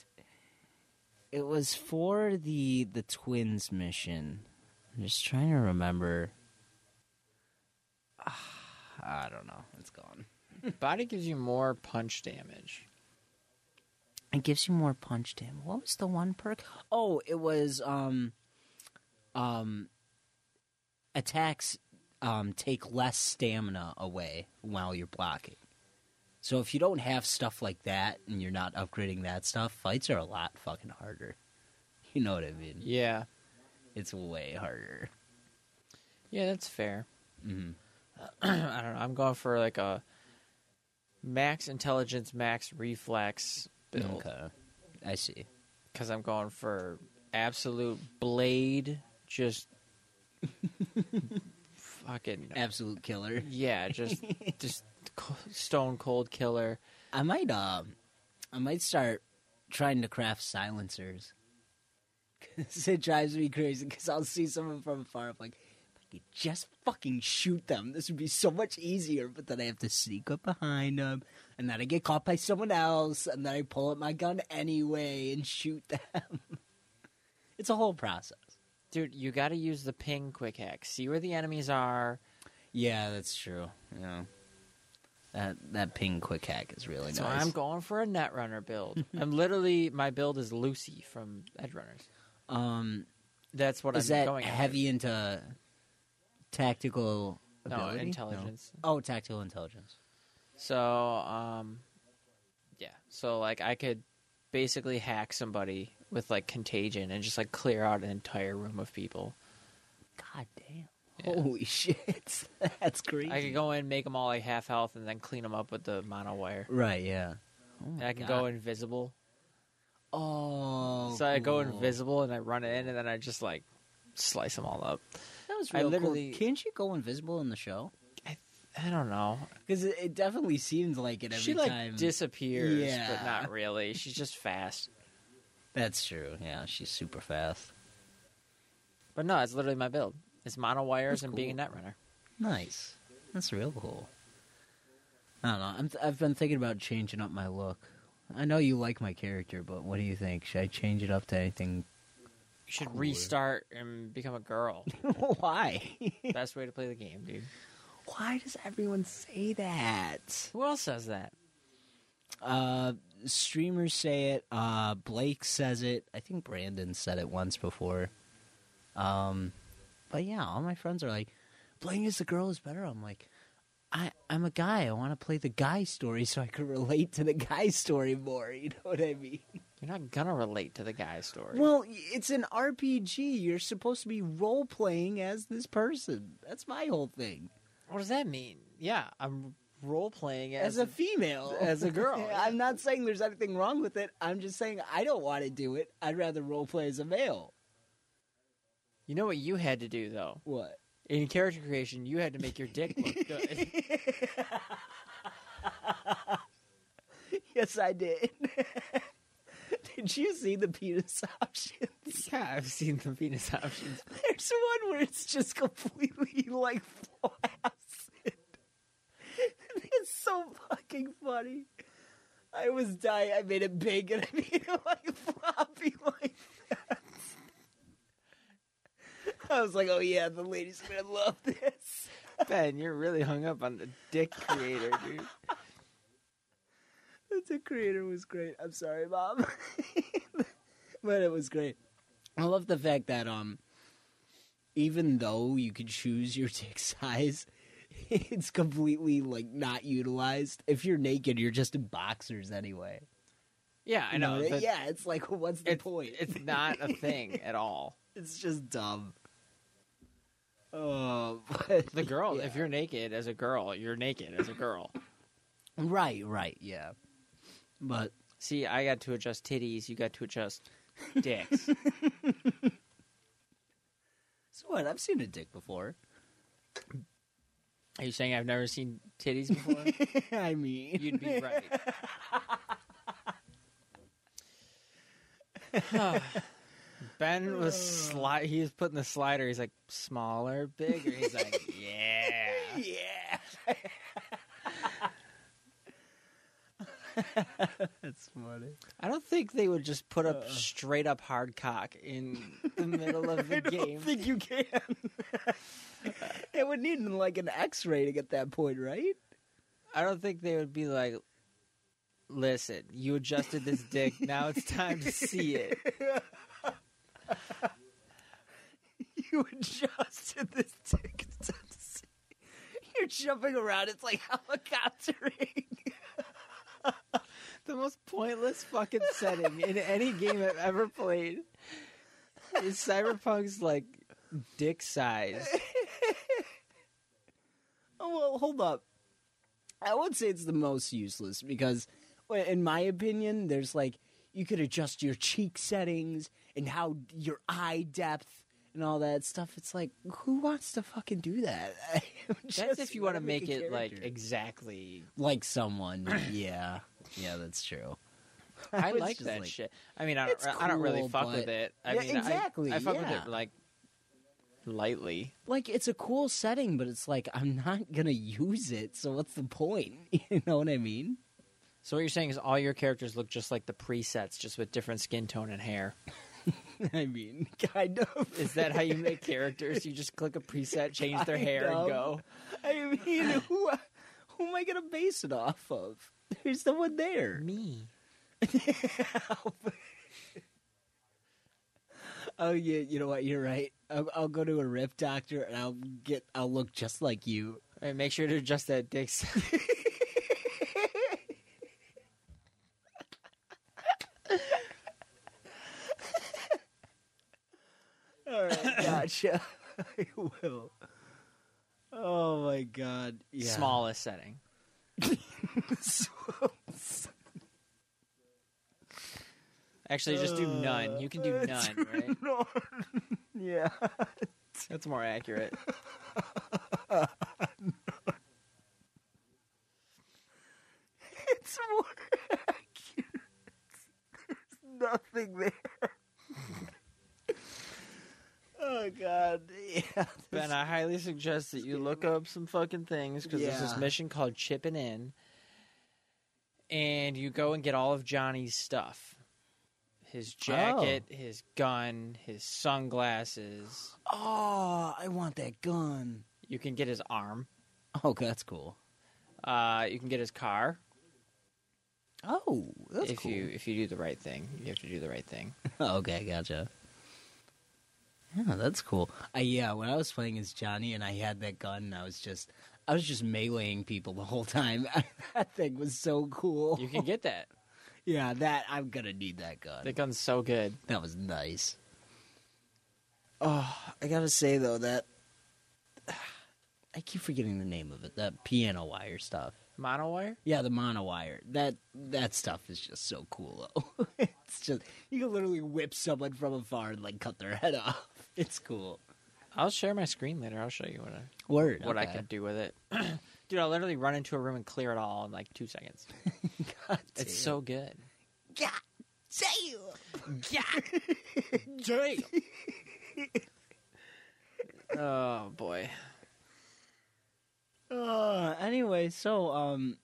[SPEAKER 2] was for the the twins mission. I'm just trying to remember. <sighs> Ah, I don't know. It's gone.
[SPEAKER 1] Body gives you more punch damage.
[SPEAKER 2] It gives you more punch damage. What was the one perk? Oh, it was um um attacks um take less stamina away while you're blocking. So if you don't have stuff like that and you're not upgrading that stuff, fights are a lot fucking harder. <laughs> You know what I mean?
[SPEAKER 1] Yeah,
[SPEAKER 2] It's way harder.
[SPEAKER 1] yeah, that's fair.
[SPEAKER 2] Mm-hmm.
[SPEAKER 1] <clears throat> I don't know. I'm going for like a max intelligence, max reflex build
[SPEAKER 2] Okay. I see.
[SPEAKER 1] because I'm going for absolute blade.
[SPEAKER 2] <laughs>
[SPEAKER 1] Just fucking
[SPEAKER 2] Absolute killer.
[SPEAKER 1] yeah, just just co- stone cold killer.
[SPEAKER 2] I might um I might start trying to craft silencers. <laughs> 'Cause it drives me crazy because I'll see someone from afar. I'm like, if I could just fucking shoot them, this would be so much easier. But then I have to sneak up behind them, and then I get caught by someone else, and then I <laughs> pull up my gun anyway and shoot them. it's a whole process.
[SPEAKER 1] Dude, you got to use the ping quick hack. See where the enemies are.
[SPEAKER 2] Yeah, that's true. Yeah. That that ping quick hack is really
[SPEAKER 1] So
[SPEAKER 2] nice.
[SPEAKER 1] I'm going for a Netrunner
[SPEAKER 2] <laughs>
[SPEAKER 1] build. I'm literally my build is Lucy from Edge Runners.
[SPEAKER 2] um,
[SPEAKER 1] That's what
[SPEAKER 2] is
[SPEAKER 1] I'm
[SPEAKER 2] that
[SPEAKER 1] going. after.
[SPEAKER 2] heavy into tactical
[SPEAKER 1] No,
[SPEAKER 2] ability?
[SPEAKER 1] intelligence.
[SPEAKER 2] Oh, tactical intelligence.
[SPEAKER 1] So, um, yeah. So like I could basically hack somebody with like contagion and just like clear out an entire room of people.
[SPEAKER 2] God damn.
[SPEAKER 1] Yeah.
[SPEAKER 2] Holy <laughs> shit. That's crazy.
[SPEAKER 1] I could go in, make them all like half health, and then clean them up with the mono wire.
[SPEAKER 2] Right, yeah.
[SPEAKER 1] And I can
[SPEAKER 2] God.
[SPEAKER 1] go invisible.
[SPEAKER 2] Oh.
[SPEAKER 1] so I go
[SPEAKER 2] cool.
[SPEAKER 1] invisible and I run in, and then I just like slice them all up.
[SPEAKER 2] That was
[SPEAKER 1] I
[SPEAKER 2] real
[SPEAKER 1] literally-
[SPEAKER 2] cool. Can't she go invisible in the show?
[SPEAKER 1] I don't know.
[SPEAKER 2] Because it, it definitely seems like it every
[SPEAKER 1] she like
[SPEAKER 2] time.
[SPEAKER 1] disappears,
[SPEAKER 2] Yeah. <laughs>
[SPEAKER 1] but not really. She's just fast.
[SPEAKER 2] That's true. Yeah, she's super fast.
[SPEAKER 1] But no, it's literally my build. It's mono wires
[SPEAKER 2] That's
[SPEAKER 1] and being a
[SPEAKER 2] cool.
[SPEAKER 1] net runner.
[SPEAKER 2] Nice. That's real cool. I don't know. I'm th- I've been thinking about changing up my look. I know you like my character, but what do you think? Should I change it up to anything?
[SPEAKER 1] You should
[SPEAKER 2] Cooler.
[SPEAKER 1] restart and become a
[SPEAKER 2] <laughs>
[SPEAKER 1] girl.
[SPEAKER 2] Why?
[SPEAKER 1] Best way to play the game, dude.
[SPEAKER 2] Why does everyone say that?
[SPEAKER 1] Who else says that?
[SPEAKER 2] Uh, streamers say it. Uh, Blake says it. I think Brandon said it once before. Um, but yeah, all my friends are like, playing as the girl is better. I'm like, I I'm a guy. I want to play the guy story so I can <laughs> relate to the guy story more. <laughs> You know what I mean?
[SPEAKER 1] You're not gonna relate to the guy's story.
[SPEAKER 2] Well, y- it's an RPG. You're supposed to be role playing as this person. That's my whole thing.
[SPEAKER 1] what does that mean? Yeah, I'm role playing as,
[SPEAKER 2] As, a female,
[SPEAKER 1] as a girl.
[SPEAKER 2] <laughs> I'm not saying there's anything wrong with it. I'm just saying I don't want to do it. I'd rather role play as a male.
[SPEAKER 1] You know what you had to do though
[SPEAKER 2] What?
[SPEAKER 1] in character creation? You had to make your dick look <laughs> good.
[SPEAKER 2] <laughs> Yes, I did. <laughs> did you see the penis options?
[SPEAKER 1] yeah, I've seen the penis options.
[SPEAKER 2] There's one where it's just completely like flaccid. It's so fucking funny. I was dying. I made it big and I made it like floppy like that. I was like, oh yeah, the ladies are gonna love this.
[SPEAKER 1] Ben, you're really hung up on the dick creator, dude.
[SPEAKER 2] The creator was great. I'm sorry, mom, <laughs> but it was great. I love the fact that um, even though you could choose your <laughs> dick size, it's completely like not utilized. If you're naked, you're just in boxers anyway.
[SPEAKER 1] Yeah, I
[SPEAKER 2] You
[SPEAKER 1] know. that-
[SPEAKER 2] yeah, it's like what's the
[SPEAKER 1] it's,
[SPEAKER 2] point?
[SPEAKER 1] it's not a thing at all.
[SPEAKER 2] <laughs> It's just dumb. Oh, <laughs> but,
[SPEAKER 1] The girl, if
[SPEAKER 2] yeah.
[SPEAKER 1] you're naked as a girl, you're naked as a girl.
[SPEAKER 2] right, right, yeah, but
[SPEAKER 1] See, I got to adjust titties. You got to adjust <laughs> dicks.
[SPEAKER 2] so what? I've seen a dick before. <laughs>
[SPEAKER 1] Are you saying I've never seen titties before?
[SPEAKER 2] I mean,
[SPEAKER 1] You'd be right. <sighs> ben was sli- he was putting the slider. He's like smaller, bigger. He's <laughs> like, yeah.
[SPEAKER 2] yeah.
[SPEAKER 1] <laughs>
[SPEAKER 2] That's funny.
[SPEAKER 1] I don't think they would just put up straight up hard cock in <laughs> the middle of the game.
[SPEAKER 2] think you can. it would need like an X rating at that point, right?
[SPEAKER 1] I don't think they would be like, listen, you adjusted this dick. Now it's time to see <laughs> it.
[SPEAKER 2] You adjusted this ticket. to see- You're jumping around. It's like helicoptering.
[SPEAKER 1] The most pointless fucking setting in any game I've ever played is Cyberpunk's like dick size.
[SPEAKER 2] Oh, well, hold up. I would say it's the most useless because, well, in my opinion, there's like you could adjust your cheek settings and how your eye depth and all that stuff. It's like who wants to fucking do that? <laughs>
[SPEAKER 1] That's if you want to make it like
[SPEAKER 2] ex-
[SPEAKER 1] exactly. <clears throat>
[SPEAKER 2] like someone. yeah, yeah, that's true.
[SPEAKER 1] <laughs> I
[SPEAKER 2] <laughs> was
[SPEAKER 1] like
[SPEAKER 2] just
[SPEAKER 1] that
[SPEAKER 2] like-
[SPEAKER 1] shit. I mean, I don't,
[SPEAKER 2] It's
[SPEAKER 1] I don't really
[SPEAKER 2] cool,
[SPEAKER 1] fuck
[SPEAKER 2] but-
[SPEAKER 1] with it. I
[SPEAKER 2] Yeah,
[SPEAKER 1] mean, I-
[SPEAKER 2] exactly,
[SPEAKER 1] I, fuck with
[SPEAKER 2] yeah.
[SPEAKER 1] it like lightly.
[SPEAKER 2] Like it's a cool setting, but it's like I'm not gonna use it. So what's the point? <laughs> You know what I mean? <laughs>
[SPEAKER 1] So what you're saying is all your characters look just like the presets, just with different skin tone and hair.
[SPEAKER 2] I mean, kind of.
[SPEAKER 1] Is that how
[SPEAKER 2] <laughs>
[SPEAKER 1] you make characters? You just click a preset, change their hair,
[SPEAKER 2] Kind
[SPEAKER 1] and
[SPEAKER 2] of.
[SPEAKER 1] go.
[SPEAKER 2] I
[SPEAKER 1] <laughs>
[SPEAKER 2] mean, who who am I gonna base it off of? There's no one there.
[SPEAKER 1] Me.
[SPEAKER 2] <laughs> oh yeah, you know what? You're right. I'll, I'll go to a rip doctor and I'll get. I'll look just like you. <laughs>
[SPEAKER 1] Alright, make sure to adjust that dick. size.
[SPEAKER 2] All right, gotcha. <laughs> I will. Oh my god.
[SPEAKER 1] <laughs>
[SPEAKER 2] Yeah.
[SPEAKER 1] Smallest setting. Actually, just do none. You can do none,
[SPEAKER 2] <laughs>
[SPEAKER 1] right?
[SPEAKER 2] <laughs> yeah.
[SPEAKER 1] That's more accurate.
[SPEAKER 2] It's more accurate. There's nothing there. <laughs> oh god. Yeah.
[SPEAKER 1] Ben, I highly suggest that you look up some fucking things because there's this
[SPEAKER 2] Yeah.
[SPEAKER 1] mission called Chipping In, and you go and get all of Johnny's stuff: his
[SPEAKER 2] Oh.
[SPEAKER 1] jacket, his gun, his sunglasses.
[SPEAKER 2] Oh, I want that gun.
[SPEAKER 1] You can get his arm.
[SPEAKER 2] Oh, that's cool.
[SPEAKER 1] Uh, you can get his car
[SPEAKER 2] Oh, that's
[SPEAKER 1] if
[SPEAKER 2] cool.
[SPEAKER 1] you if you do the right thing. You have to do the right thing.
[SPEAKER 2] <laughs> okay, gotcha. Yeah, that's cool. I, yeah, when I was playing as Johnny and I had that gun, and I was just, I was just meleeing people the whole time. <laughs> that thing was so cool.
[SPEAKER 1] You can get
[SPEAKER 2] <laughs>
[SPEAKER 1] that.
[SPEAKER 2] Yeah, that I'm gonna need that gun.
[SPEAKER 1] The gun's so good.
[SPEAKER 2] That was nice. Oh, I gotta say though that <sighs> I keep forgetting the name of it. That piano wire stuff.
[SPEAKER 1] Monowire.
[SPEAKER 2] Yeah, the monowire. That that stuff is just so cool though. <laughs> it's just you can literally whip someone from afar and like cut their head <laughs> off. It's cool.
[SPEAKER 1] I'll share my screen later. I'll show you what I
[SPEAKER 2] Word.
[SPEAKER 1] what I
[SPEAKER 2] okay.
[SPEAKER 1] can do with it. <clears throat> Dude, I'll literally run into a room and clear it all in like two
[SPEAKER 2] <laughs>
[SPEAKER 1] seconds.
[SPEAKER 2] <laughs> God damn.
[SPEAKER 1] It's so good.
[SPEAKER 2] God damn. God
[SPEAKER 1] Damn.
[SPEAKER 2] <laughs>
[SPEAKER 1] oh boy.
[SPEAKER 2] Uh, anyway, so um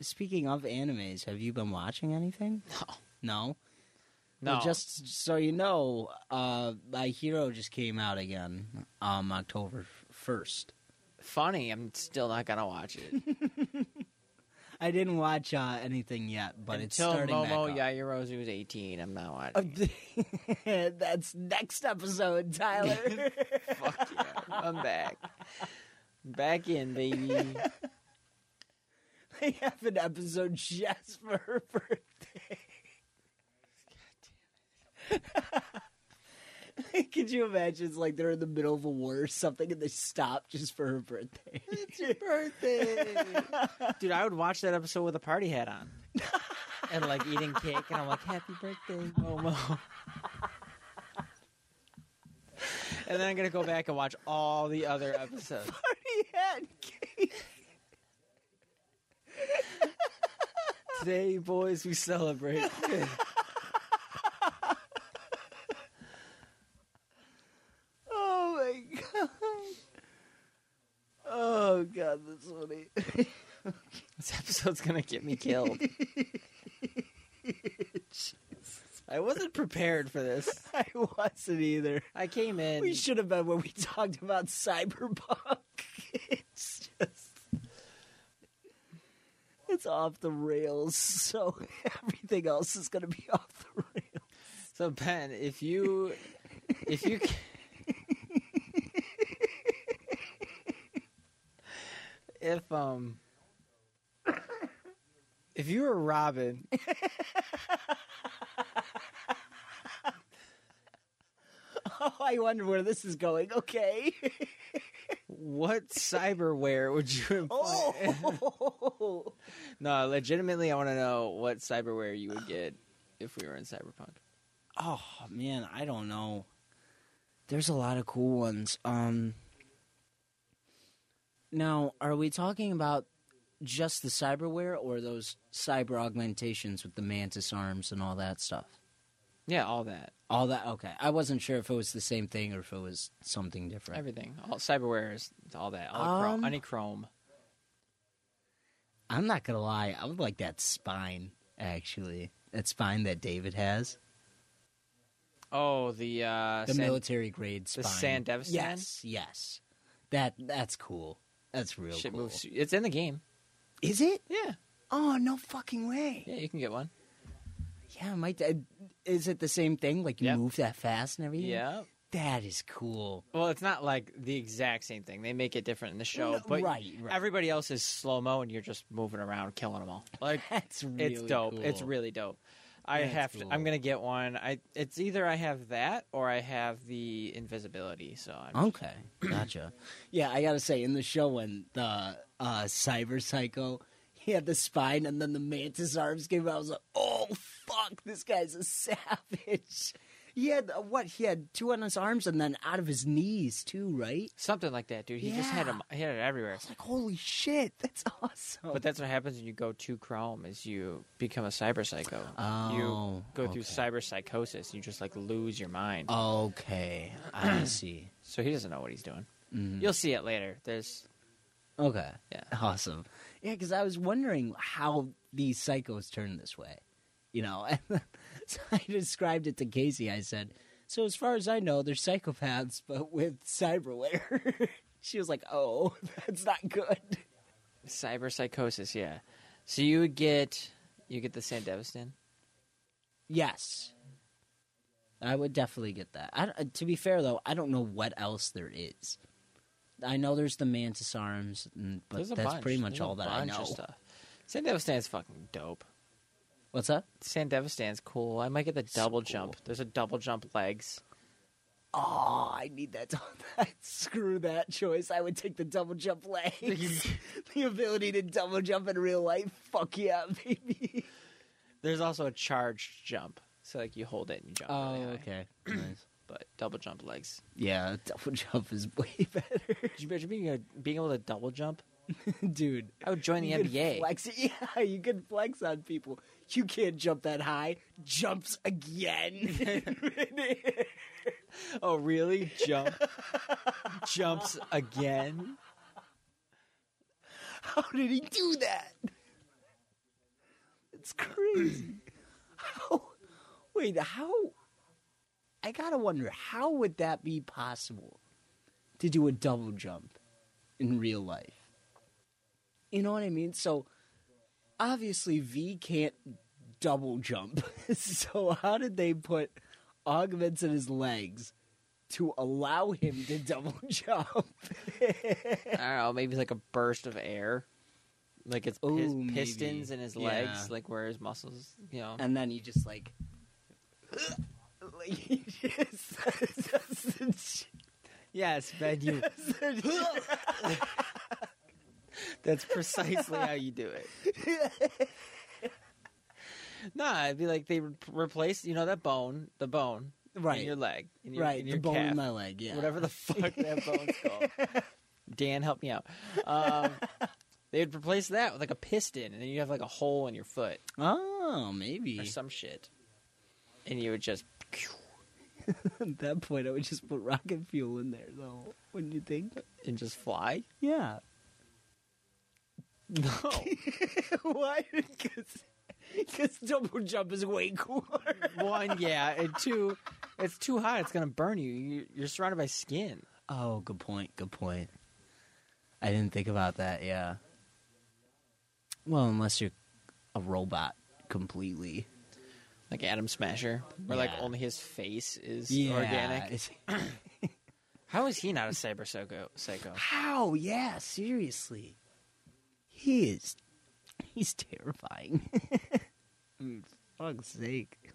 [SPEAKER 2] speaking of animes, have you been watching anything?
[SPEAKER 1] No.
[SPEAKER 2] No?
[SPEAKER 1] No.
[SPEAKER 2] Well, just so you know, uh, my hero just came out again, um, October first.
[SPEAKER 1] funny. I'm still not gonna watch it
[SPEAKER 2] I didn't watch uh, anything yet, <laughs> but it's
[SPEAKER 1] until
[SPEAKER 2] starting
[SPEAKER 1] Momo
[SPEAKER 2] back
[SPEAKER 1] Yairozu's 18. I'm not
[SPEAKER 2] up.
[SPEAKER 1] watching.
[SPEAKER 2] <laughs> That's next episode,
[SPEAKER 1] <laughs>
[SPEAKER 2] Tyler.
[SPEAKER 1] Fuck yeah. I'm back. Back in,
[SPEAKER 2] <laughs>
[SPEAKER 1] baby.
[SPEAKER 2] I have an episode just for her birthday. <laughs> Could you imagine? It's like they're in the middle of a war or something, and they stop just for her birthday.
[SPEAKER 1] It's your
[SPEAKER 2] <laughs>
[SPEAKER 1] birthday. Dude, I would watch that episode with a party hat on. and like eating cake and I'm like, Happy birthday, Momo. and then I'm gonna go back and watch all the other episodes.
[SPEAKER 2] <laughs> Party hat cake.
[SPEAKER 1] Today, boys, we <laughs> celebrate.
[SPEAKER 2] Oh my god. Oh god, that's funny. <laughs>
[SPEAKER 1] this episode's gonna get me <laughs> killed. I wasn't prepared for this.
[SPEAKER 2] I wasn't either.
[SPEAKER 1] I came in.
[SPEAKER 2] We should have been when we talked about cyberpunk. <laughs> It's just it's off the rails, so <laughs> everything else is gonna be <laughs> off the rails.
[SPEAKER 1] So Ben, if you if you ca- if um if you were Robin,
[SPEAKER 2] Oh, I wonder where this is going. Okay. <laughs>
[SPEAKER 1] what cyberware would you employ?
[SPEAKER 2] Oh, <laughs>
[SPEAKER 1] No, legitimately, I want to know what cyberware you would get if we were in Cyberpunk.
[SPEAKER 2] oh man, I don't know. There's a lot of cool ones. Um Now, are we talking about just the cyberware or those cyber augmentations with the mantis arms and all that stuff?
[SPEAKER 1] Yeah, all that,
[SPEAKER 2] All that okay. I wasn't sure if it was the same thing or if it was something different.
[SPEAKER 1] everything, all cyberware is all that, all the
[SPEAKER 2] Um,
[SPEAKER 1] chrome, any chrome.
[SPEAKER 2] I'm not gonna lie, I would like that spine, actually. That spine that David has.
[SPEAKER 1] Oh, the uh,
[SPEAKER 2] the
[SPEAKER 1] San-
[SPEAKER 2] military grade spine.
[SPEAKER 1] the San Devastan?
[SPEAKER 2] Yes, yes. That that's cool. That's real
[SPEAKER 1] shit
[SPEAKER 2] cool.
[SPEAKER 1] moves. It's in the game.
[SPEAKER 2] Is it?
[SPEAKER 1] Yeah,
[SPEAKER 2] Oh no fucking way!
[SPEAKER 1] yeah, you can get one.
[SPEAKER 2] Yeah, my dad. Is it the same thing? Like you
[SPEAKER 1] Yep.
[SPEAKER 2] move that fast and everything?
[SPEAKER 1] Yeah.
[SPEAKER 2] that is cool.
[SPEAKER 1] Well, it's not like the exact same thing. They make it different in the show,
[SPEAKER 2] No,
[SPEAKER 1] but
[SPEAKER 2] right, right.
[SPEAKER 1] everybody else is slow mo, and you're just moving around, killing them all. Like
[SPEAKER 2] <laughs> That's really
[SPEAKER 1] it's dope.
[SPEAKER 2] Cool.
[SPEAKER 1] It's really dope. I
[SPEAKER 2] That's
[SPEAKER 1] have to. I'm
[SPEAKER 2] cool.
[SPEAKER 1] gonna get one. I. It's either I have that or I have the invisibility. So I'm.
[SPEAKER 2] okay. Gotcha. Yeah, I gotta say, in the show when the uh, cyber psycho he had the spine and then the mantis arms came out, I was like, oh fuck, this guy's a savage. He had uh, what? He had two on his arms and then out of his knees too, right?
[SPEAKER 1] Something like that, dude. He just had
[SPEAKER 2] Yeah.
[SPEAKER 1] him. He had it everywhere.
[SPEAKER 2] It's like holy shit, that's awesome.
[SPEAKER 1] But that's what happens when you go to Chrome is you become a cyber psycho. you
[SPEAKER 2] Oh,
[SPEAKER 1] go through
[SPEAKER 2] okay. Oh.
[SPEAKER 1] cyber psychosis and you just like lose your mind.
[SPEAKER 2] okay, <clears throat> I see.
[SPEAKER 1] So he doesn't know what he's doing.
[SPEAKER 2] Mm-hmm.
[SPEAKER 1] You'll see it later. There's
[SPEAKER 2] Okay.
[SPEAKER 1] Yeah.
[SPEAKER 2] Awesome. Yeah, because I was wondering how these psychos turn this way. You know, <laughs> and so I described it to Casey. I said, "So as far as I know, they're psychopaths, but with cyberware." <laughs> she was like, "Oh, <laughs> that's not good."
[SPEAKER 1] cyber psychosis, yeah. So you would get you get the San Devastan.
[SPEAKER 2] Yes, I would definitely get that. I, don't- to be fair, though, I don't know what else there is. I know there's the mantis arms, and- but
[SPEAKER 1] There's a
[SPEAKER 2] that's
[SPEAKER 1] bunch.
[SPEAKER 2] pretty much
[SPEAKER 1] There's a
[SPEAKER 2] all that I
[SPEAKER 1] bunch of
[SPEAKER 2] know.
[SPEAKER 1] Stuff. San Devastan's fucking dope.
[SPEAKER 2] What's up?
[SPEAKER 1] San Devastan's cool. I might get the double
[SPEAKER 2] cool.
[SPEAKER 1] jump. There's a double jump legs.
[SPEAKER 2] Oh, I need that. <laughs> Screw that choice. I would take the double jump legs. <laughs> the ability to double jump in real life. Fuck yeah, <laughs> baby.
[SPEAKER 1] There's also a charged jump. So like you hold it and you jump.
[SPEAKER 2] Oh,
[SPEAKER 1] really high.
[SPEAKER 2] <clears throat> nice.
[SPEAKER 1] But double jump legs.
[SPEAKER 2] Yeah, double jump is <laughs> way better,
[SPEAKER 1] Could you imagine being, a, being able to double jump?
[SPEAKER 2] dude.
[SPEAKER 1] I would join the
[SPEAKER 2] you could
[SPEAKER 1] NBA.
[SPEAKER 2] Flex. <laughs> Yeah, you can flex on people. You can't jump that high. Jumps again. <laughs>
[SPEAKER 1] Oh, really? <laughs> Jump. Jumps again.
[SPEAKER 2] How did he do that? It's crazy. how? Wait, how? I gotta wonder how would that be possible to do a double jump in real life? You know what I mean? So obviously V can't double jump. <laughs> so how did they put augments in his legs to allow him to double <laughs> jump?
[SPEAKER 1] I don't know. Maybe like a burst of air. Like it's
[SPEAKER 2] Ooh,
[SPEAKER 1] his
[SPEAKER 2] maybe.
[SPEAKER 1] pistons in his legs,
[SPEAKER 2] Yeah.
[SPEAKER 1] like where his muscles, you know.
[SPEAKER 2] and then he just like, <laughs> like he just <laughs> does the sh-
[SPEAKER 1] Yes, Ben, you.
[SPEAKER 2] does the sh-
[SPEAKER 1] That's precisely how you do it. <laughs> nah, it'd be like they re- replace, you know, that bone, the bone in
[SPEAKER 2] Right.
[SPEAKER 1] your leg, in your,
[SPEAKER 2] right
[SPEAKER 1] in
[SPEAKER 2] the
[SPEAKER 1] your
[SPEAKER 2] bone
[SPEAKER 1] calf,
[SPEAKER 2] in my leg, yeah,
[SPEAKER 1] whatever <laughs> the fuck that bone's called. <laughs> Dan, help me out. Um, <laughs> they'd replace that with like a piston, and then you have like a hole in your foot
[SPEAKER 2] Oh, maybe
[SPEAKER 1] or some shit, and you would just.
[SPEAKER 2] <laughs> at that point I would just put rocket fuel in there, though. Wouldn't you think?
[SPEAKER 1] And just fly? <laughs>
[SPEAKER 2] Yeah.
[SPEAKER 1] No.
[SPEAKER 2] <laughs> Why? Because double jump is way cooler.
[SPEAKER 1] One, yeah, and two, it's too hot. It's gonna burn you. you you're surrounded by skin.
[SPEAKER 2] Oh, good point. Good point. I didn't think about that. Yeah. Well, unless you're a robot completely.
[SPEAKER 1] like Adam Smasher, where like
[SPEAKER 2] Yeah.
[SPEAKER 1] only his face is
[SPEAKER 2] Yeah.
[SPEAKER 1] organic.
[SPEAKER 2] it's-
[SPEAKER 1] How is he not a cyber psycho? Psycho.
[SPEAKER 2] How? Yeah, seriously. He is. He's terrifying. <laughs> I mean, fuck's sake.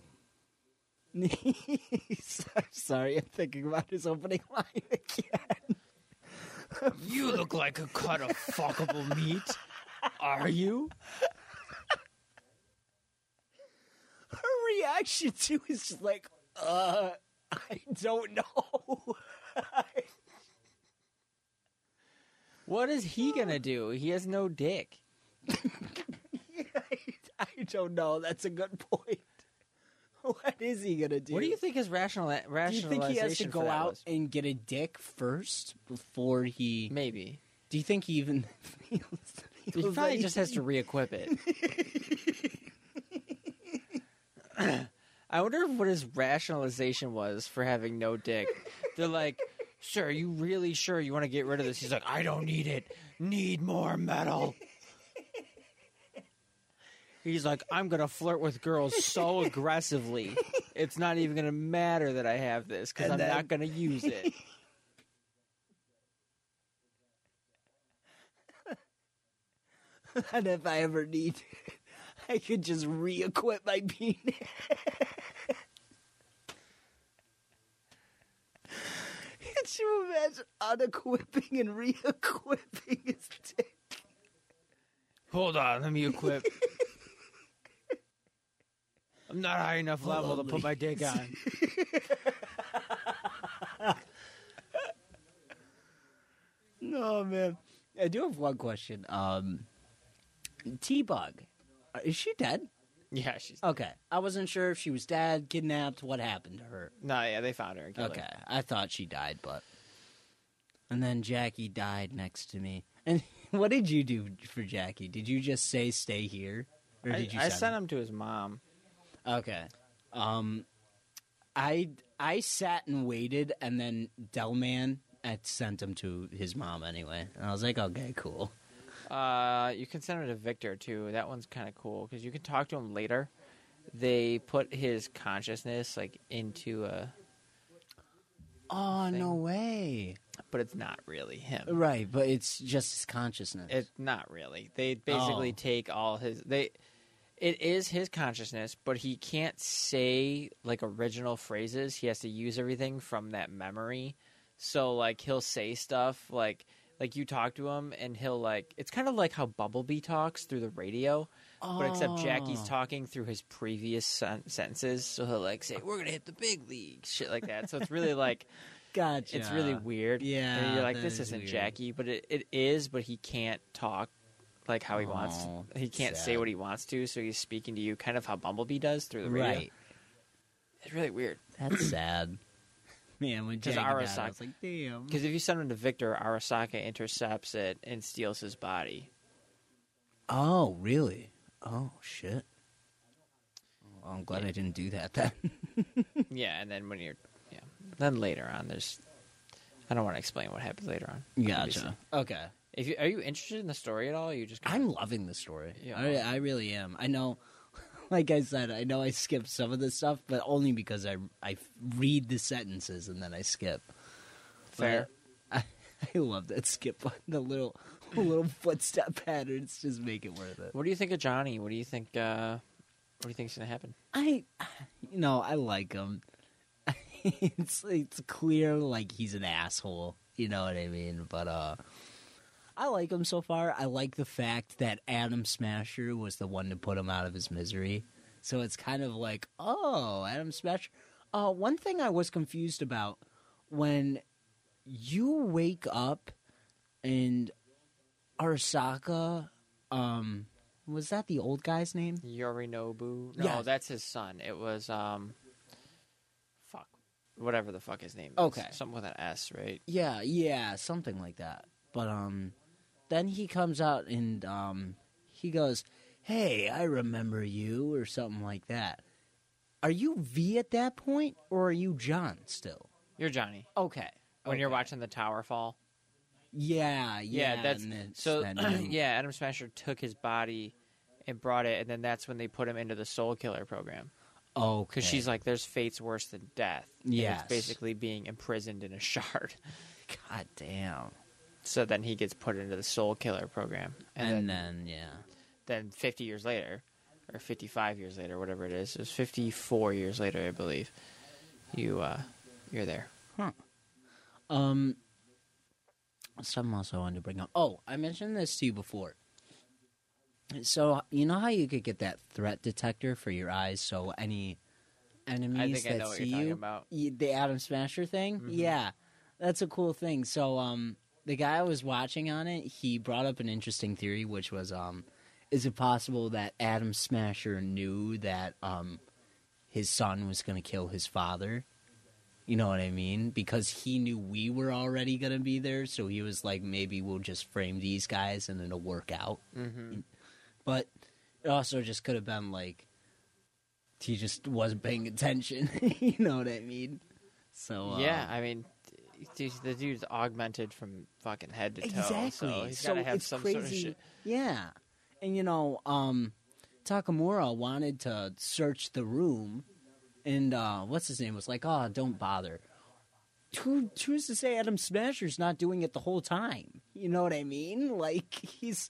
[SPEAKER 2] <laughs> He's- I'm sorry, I'm thinking about his opening line again. <laughs>
[SPEAKER 1] You look like a cut of fuckable meat. Are you?
[SPEAKER 2] Her reaction to is just like, uh, I don't know. <laughs>
[SPEAKER 1] What is he gonna do? He has no dick.
[SPEAKER 2] I don't know. That's a good point. <laughs> What is he gonna do?
[SPEAKER 1] What do you think his rational
[SPEAKER 2] Do you
[SPEAKER 1] rationalization
[SPEAKER 2] think he has to
[SPEAKER 1] for
[SPEAKER 2] go
[SPEAKER 1] that
[SPEAKER 2] out
[SPEAKER 1] was?
[SPEAKER 2] and get a dick first before he?
[SPEAKER 1] Maybe.
[SPEAKER 2] Do you think he even <laughs> feels?
[SPEAKER 1] He
[SPEAKER 2] feels <laughs>
[SPEAKER 1] probably
[SPEAKER 2] like-
[SPEAKER 1] just has to re-equip it. I wonder what his rationalization was for having no dick. They're like, "Sir, are you really sure you want to get rid of this?" He's like, "I don't need it. Need more metal." He's like, "I'm gonna flirt with girls
[SPEAKER 2] <laughs>
[SPEAKER 1] so aggressively, it's not even gonna matter that I have this because
[SPEAKER 2] And
[SPEAKER 1] I'm
[SPEAKER 2] then-
[SPEAKER 1] not gonna use it."
[SPEAKER 2] and if I ever need, <laughs> I could just re-equip my penis. <laughs> Could you imagine unequipping and re-equipping his dick?
[SPEAKER 1] Hold on, let me equip. I'm not high enough level to put my dick on.
[SPEAKER 2] No, man. I do have one question. Um, T-Bug, uh, is she dead?
[SPEAKER 1] <laughs> Yeah, she's
[SPEAKER 2] Okay, I wasn't sure if she was dead, kidnapped, what happened to her.
[SPEAKER 1] no. Yeah, they found her. and killed her.
[SPEAKER 2] Okay, I thought she died, but. And then Jackie died next to me. And <laughs> what did you do for Jackie? Did you just say stay here, or
[SPEAKER 1] I,
[SPEAKER 2] did you?
[SPEAKER 1] I
[SPEAKER 2] send
[SPEAKER 1] sent him to his mom.
[SPEAKER 2] Okay. Um, I I sat and waited, and then Delman I sent him to his mom anyway, and I was like, okay, cool.
[SPEAKER 1] Uh, you can send it to Victor too. That one's kind of cool because you can talk to him later. They put his consciousness like into a,
[SPEAKER 2] Oh no
[SPEAKER 1] Thing.
[SPEAKER 2] way!
[SPEAKER 1] but it's not really him.
[SPEAKER 2] Right, but it's just his consciousness.
[SPEAKER 1] It's not really. They basically
[SPEAKER 2] Oh.
[SPEAKER 1] take all his they. It is his consciousness, but he can't say like original phrases. He has to use everything from that memory. So like he'll say stuff like like you talk to him and he'll like it's kind of like how Bumblebee talks through the radio. But except Jackie's
[SPEAKER 2] Oh.
[SPEAKER 1] talking through his previous sen- sentences, so he'll like say, "We're gonna hit the big league," shit like that. So it's really like
[SPEAKER 2] Gotcha.
[SPEAKER 1] it's really weird. and
[SPEAKER 2] Yeah,
[SPEAKER 1] you're like,
[SPEAKER 2] that
[SPEAKER 1] "This
[SPEAKER 2] is
[SPEAKER 1] is not
[SPEAKER 2] weird.
[SPEAKER 1] Jackie," but it, it is. But he can't talk like how he wants.
[SPEAKER 2] Aw,
[SPEAKER 1] He can't say
[SPEAKER 2] sad.
[SPEAKER 1] what he wants to, so he's speaking to you kind of how Bumblebee does through the radio.
[SPEAKER 2] Right.
[SPEAKER 1] It's really weird
[SPEAKER 2] That's sad. <clears throat> Man, when
[SPEAKER 1] Because
[SPEAKER 2] Jackie died,
[SPEAKER 1] Arasaka-
[SPEAKER 2] I was like, damn.
[SPEAKER 1] because if you send him to Victor, Arasaka intercepts it and steals his
[SPEAKER 2] <laughs>
[SPEAKER 1] body.
[SPEAKER 2] Oh, really? Oh, shit. Well, I'm glad I didn't do that then. <laughs>
[SPEAKER 1] yeah, and then when you're yeah, then later on, there's I don't want to explain what happens later on. Obviously.
[SPEAKER 2] Okay.
[SPEAKER 1] If you, are you interested in the story at all? You just
[SPEAKER 2] I'm loving the story.
[SPEAKER 1] Yeah.
[SPEAKER 2] I, I really am. I know, <laughs> like I said, I know I skipped some of this stuff, but only because I, I read the sentences and then I skip. <laughs>
[SPEAKER 1] fair.
[SPEAKER 2] But I, I love that skip button. The little, <laughs> the little footstep patterns just make it worth it.
[SPEAKER 1] What do you think of Johnny? What do you think? Uh, what do you think's gonna happen?
[SPEAKER 2] I, <sighs> you know, I like him. <laughs> it's it's clear like he's an asshole. You know what I mean? But uh, I like him so far. I like the fact that Adam Smasher was the one to put him out of his misery. So it's kind of like, oh, Adam Smasher. Uh, one thing I was confused about when you wake up and Arasaka, um, was that the old guy's name?
[SPEAKER 1] Yorinobu? No,
[SPEAKER 2] Yeah.
[SPEAKER 1] that's his son. It was um, fuck, whatever the fuck his name. is.
[SPEAKER 2] Okay.
[SPEAKER 1] something with an S, right?
[SPEAKER 2] Yeah, yeah, something like that. But um then he comes out and um he goes, "Hey, I remember you" or something like that. Are you V at that point or are you John still?
[SPEAKER 1] You're Johnny.
[SPEAKER 2] Okay.
[SPEAKER 1] When you're
[SPEAKER 2] Oh, okay.
[SPEAKER 1] watching the tower fall,
[SPEAKER 2] Yeah, yeah,
[SPEAKER 1] yeah, that's
[SPEAKER 2] and it's-
[SPEAKER 1] so. <clears throat>
[SPEAKER 2] and then-
[SPEAKER 1] yeah, Adam Smasher took his body and brought it, and then that's when they put him into the Soul Killer program
[SPEAKER 2] Okay.
[SPEAKER 1] because she's like, "There's fates worse than death." and
[SPEAKER 2] Yes.
[SPEAKER 1] it's basically being imprisoned in a <laughs> shard.
[SPEAKER 2] God damn.
[SPEAKER 1] So then he gets put into the Soul Killer program,
[SPEAKER 2] And,
[SPEAKER 1] and, then,
[SPEAKER 2] then, yeah.
[SPEAKER 1] then 50 years later, or 55 years later, whatever it is, it was 54 years later, I believe. You, uh, you're there.
[SPEAKER 2] Um, something else I wanted to bring up. Oh, I mentioned this to you before. So you know how you could get that threat detector for your eyes, so any enemies
[SPEAKER 1] I think
[SPEAKER 2] that
[SPEAKER 1] I know what
[SPEAKER 2] see
[SPEAKER 1] you're talking
[SPEAKER 2] you,
[SPEAKER 1] about. Mm-hmm.
[SPEAKER 2] y- the Atom Smasher thing. Yeah, that's a cool thing. So um, the guy I was watching on it, he brought up an interesting theory, which was um, is it possible that Atom Smasher knew that um, his son was going to kill his father? You know what I mean? Because he knew we were already going to be there, so he was like, maybe we'll just frame these guys and it'll work out.
[SPEAKER 1] Mm-hmm.
[SPEAKER 2] But it also just could have been like he just wasn't paying attention. <laughs> you know what I mean? So uh,
[SPEAKER 1] yeah, I mean, dude, the dude's augmented from fucking head to toe.
[SPEAKER 2] exactly.
[SPEAKER 1] So he's got to have
[SPEAKER 2] it's
[SPEAKER 1] some
[SPEAKER 2] crazy.
[SPEAKER 1] sort of shit.
[SPEAKER 2] Yeah, and you know, um, Takamura wanted to search the room, and uh, what's his name was like, "Oh, don't bother." Who, who's to say Adam Smasher's not doing it the whole time? You know what I mean? <laughs> Like he's,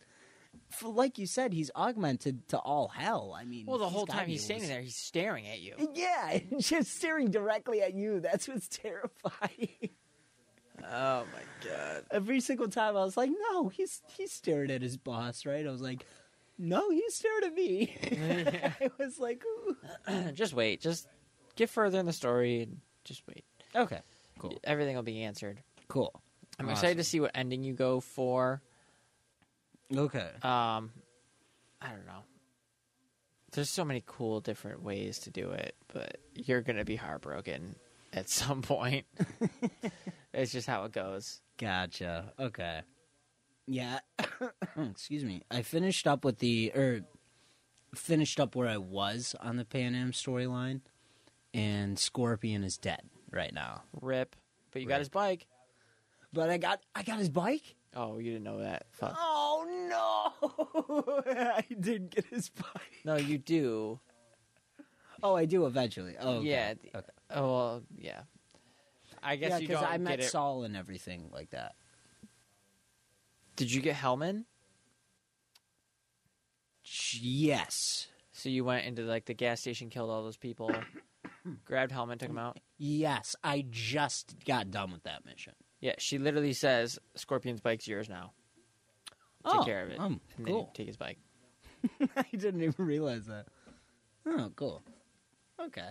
[SPEAKER 2] f- like you said, he's augmented to all hell. I mean,
[SPEAKER 1] Well, the
[SPEAKER 2] he's
[SPEAKER 1] whole
[SPEAKER 2] gotta
[SPEAKER 1] time
[SPEAKER 2] be
[SPEAKER 1] he's
[SPEAKER 2] able to
[SPEAKER 1] standing there, he's staring at you. <clears throat>
[SPEAKER 2] Yeah, <laughs> just staring directly at you. That's what's terrifying.
[SPEAKER 1] Oh my god.
[SPEAKER 2] Every single time I was like, no, he's he's staring at his boss, right? I was like, no, he's staring at me. <laughs> I was like, ooh.
[SPEAKER 1] just wait. Just get further in the story and just wait.
[SPEAKER 2] Okay. Cool.
[SPEAKER 1] Everything will be answered.
[SPEAKER 2] Cool.
[SPEAKER 1] I'm excited to see what ending you go for.
[SPEAKER 2] Okay.
[SPEAKER 1] Um, I don't know. There's so many cool different ways to do it, but you're gonna be heartbroken at <laughs> some point. it's just how it goes.
[SPEAKER 2] Gotcha. Okay. Yeah. <coughs> Excuse me. I finished up with the or finished up where I was on the Pan Am storyline and Scorpion is dead right now.
[SPEAKER 1] Rip. But you got his bike.
[SPEAKER 2] But I got I got his bike.
[SPEAKER 1] Oh, you didn't know that. Fuck. <laughs>
[SPEAKER 2] Oh no! I didn't get his bike.
[SPEAKER 1] No, you do.
[SPEAKER 2] Oh, I do eventually. Oh, okay.
[SPEAKER 1] Yeah. the-
[SPEAKER 2] Okay.
[SPEAKER 1] Oh, well, yeah. I guess
[SPEAKER 2] Yeah,
[SPEAKER 1] you
[SPEAKER 2] because
[SPEAKER 1] don't
[SPEAKER 2] I
[SPEAKER 1] get
[SPEAKER 2] met
[SPEAKER 1] it.
[SPEAKER 2] Saul and everything like that.
[SPEAKER 1] Did you get Hellman?
[SPEAKER 2] Sh- Yes.
[SPEAKER 1] So you went into like the gas station, killed all those
[SPEAKER 2] <coughs>
[SPEAKER 1] people, grabbed Hellman, took him out.
[SPEAKER 2] Yes, I just got done with that mission.
[SPEAKER 1] Yeah, she literally says, "Scorpion's bike's yours now. Take
[SPEAKER 2] Oh,
[SPEAKER 1] care of it."
[SPEAKER 2] um,
[SPEAKER 1] and then you
[SPEAKER 2] cool.
[SPEAKER 1] take his bike.
[SPEAKER 2] <laughs> I didn't even realize that. Oh, cool. Okay.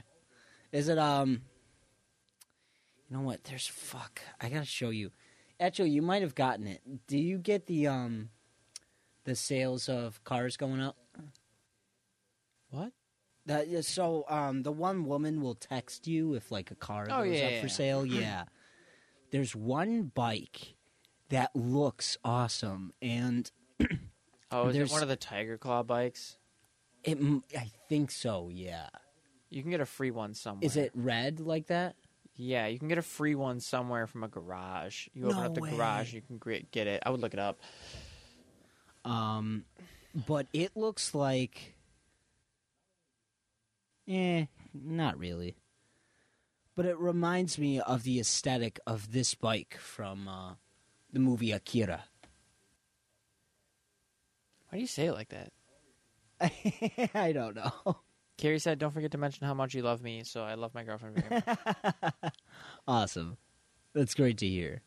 [SPEAKER 2] Is it um You know what? There's fuck. I got to show you. Actually, you might have gotten it. Do you get the um the sales of cars going up?
[SPEAKER 1] What?
[SPEAKER 2] That yeah, so um the one woman will text you if like a car
[SPEAKER 1] Oh,
[SPEAKER 2] goes
[SPEAKER 1] yeah,
[SPEAKER 2] up
[SPEAKER 1] yeah,
[SPEAKER 2] for
[SPEAKER 1] yeah.
[SPEAKER 2] sale. Yeah. There's one bike that looks awesome and
[SPEAKER 1] Oh, is
[SPEAKER 2] There's-
[SPEAKER 1] it one of the Tiger Claw bikes?
[SPEAKER 2] it m- I think so, yeah.
[SPEAKER 1] You can get a free one somewhere.
[SPEAKER 2] Is it red like that?
[SPEAKER 1] Yeah, you can get a free one somewhere from a garage. You open
[SPEAKER 2] No
[SPEAKER 1] up the
[SPEAKER 2] way.
[SPEAKER 1] garage, you can gre- get it. I would look it up.
[SPEAKER 2] Um but it looks like Eh, not really. But it reminds me of the aesthetic of this bike from uh the movie Akira. <laughs>
[SPEAKER 1] Why do you say it like that?
[SPEAKER 2] I don't know. <laughs>
[SPEAKER 1] Carrie said, "Don't forget to mention how much you love me." So I love my girlfriend very <laughs> much.
[SPEAKER 2] Awesome. That's great to hear.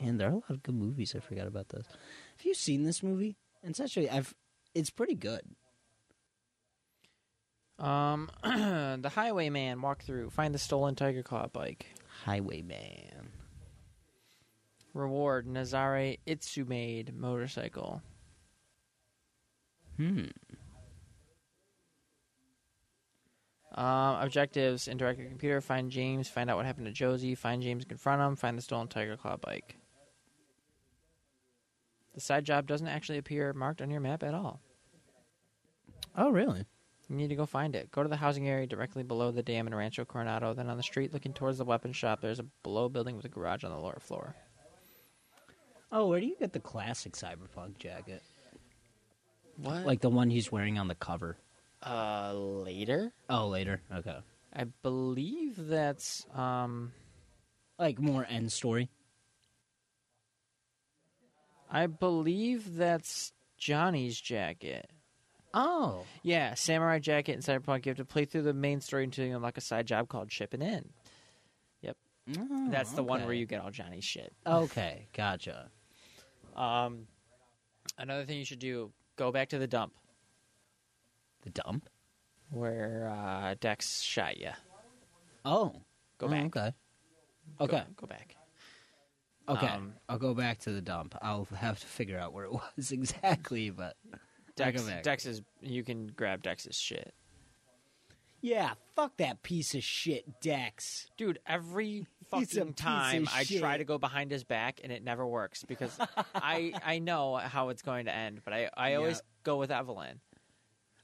[SPEAKER 2] Man, there are a lot of good movies. I forgot about those. Have you seen this movie? It's actually I've it's pretty good.
[SPEAKER 1] um, <clears throat> the Highwayman walk through, find the stolen Tiger Claw bike.
[SPEAKER 2] Highwayman.
[SPEAKER 1] Reward Nazare Itsumade motorcycle.
[SPEAKER 2] Hmm.
[SPEAKER 1] Um, objectives: interact with the computer, find James, find out what happened to Josie, find James, confront him, find the stolen Tiger Claw bike. The side job doesn't actually appear marked on your map at all.
[SPEAKER 2] Oh really?
[SPEAKER 1] You need to go find it. Go to the housing area directly below the dam in Rancho Coronado. Then on the street, looking towards the weapon shop, there's a below building with a garage on the lower floor.
[SPEAKER 2] Oh, where do you get the classic cyberpunk jacket?
[SPEAKER 1] What?
[SPEAKER 2] Like the one he's wearing on the cover.
[SPEAKER 1] uh, later?
[SPEAKER 2] Oh, later. Okay.
[SPEAKER 1] I believe that's um.
[SPEAKER 2] Like more end story.
[SPEAKER 1] I believe that's Johnny's jacket.
[SPEAKER 2] Oh.
[SPEAKER 1] Yeah, Samurai Jacket and Cyberpunk. You have to play through the main story until you unlock a side job called Shipping In.
[SPEAKER 2] Oh,
[SPEAKER 1] Mm-hmm. That's the one where you get all Johnny's shit.
[SPEAKER 2] Okay, gotcha.
[SPEAKER 1] Um, another thing you should do: go back to the dump
[SPEAKER 2] The dump?
[SPEAKER 1] where uh, Dex shot you.
[SPEAKER 2] Oh.
[SPEAKER 1] Go
[SPEAKER 2] Oh,
[SPEAKER 1] back.
[SPEAKER 2] Okay. Okay.
[SPEAKER 1] Go, go back.
[SPEAKER 2] Okay.
[SPEAKER 1] Um,
[SPEAKER 2] I'll go back to the dump. I'll have to figure out where it <laughs> was exactly, but
[SPEAKER 1] Dex,
[SPEAKER 2] Go back.
[SPEAKER 1] Dex is. You can grab Dex's shit.
[SPEAKER 2] Yeah, fuck that piece of shit, Dex.
[SPEAKER 1] Dude,
[SPEAKER 2] <laughs>
[SPEAKER 1] every
[SPEAKER 2] a piece
[SPEAKER 1] fucking
[SPEAKER 2] of
[SPEAKER 1] time I try
[SPEAKER 2] shit.
[SPEAKER 1] to go behind his back and it never works
[SPEAKER 2] <laughs>
[SPEAKER 1] because I I know how it's going to end, but I, I always
[SPEAKER 2] Yeah.
[SPEAKER 1] go with Evelyn.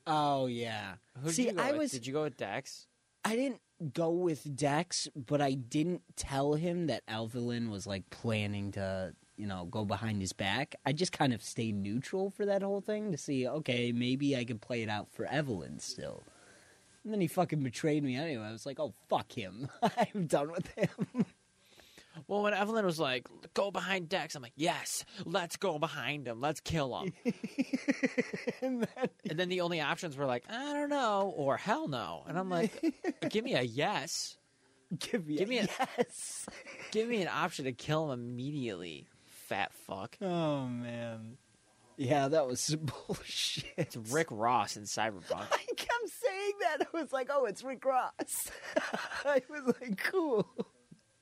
[SPEAKER 2] Oh yeah.
[SPEAKER 1] Who did
[SPEAKER 2] See,
[SPEAKER 1] you go
[SPEAKER 2] I
[SPEAKER 1] with?
[SPEAKER 2] was
[SPEAKER 1] Did you go with Dex?
[SPEAKER 2] I didn't go with Dex, but I didn't tell him that Evelyn was like planning to, you know, go behind his back. I just kind of stayed neutral for that whole thing to see, okay, maybe I could play it out for Evelyn still. And then he fucking betrayed me anyway. I was like, oh fuck him. <laughs> I'm done with him. <laughs>
[SPEAKER 1] Well, when Evelyn was like, "Go behind Dex," I'm like, "Yes, let's go behind him. Let's kill him."
[SPEAKER 2] and then
[SPEAKER 1] and then the only options were like, "I don't know" or "Hell no," and I'm like, "Give me a yes.
[SPEAKER 2] give me,
[SPEAKER 1] Give me a-
[SPEAKER 2] yes.
[SPEAKER 1] Give me an option to kill him immediately, fat fuck."
[SPEAKER 2] Oh man. Yeah, that was some <laughs> bullshit.
[SPEAKER 1] It's Rick Ross in Cyberpunk.
[SPEAKER 2] <laughs> I kept saying that. I was like, oh, it's Rick Ross. <laughs> I was like, cool.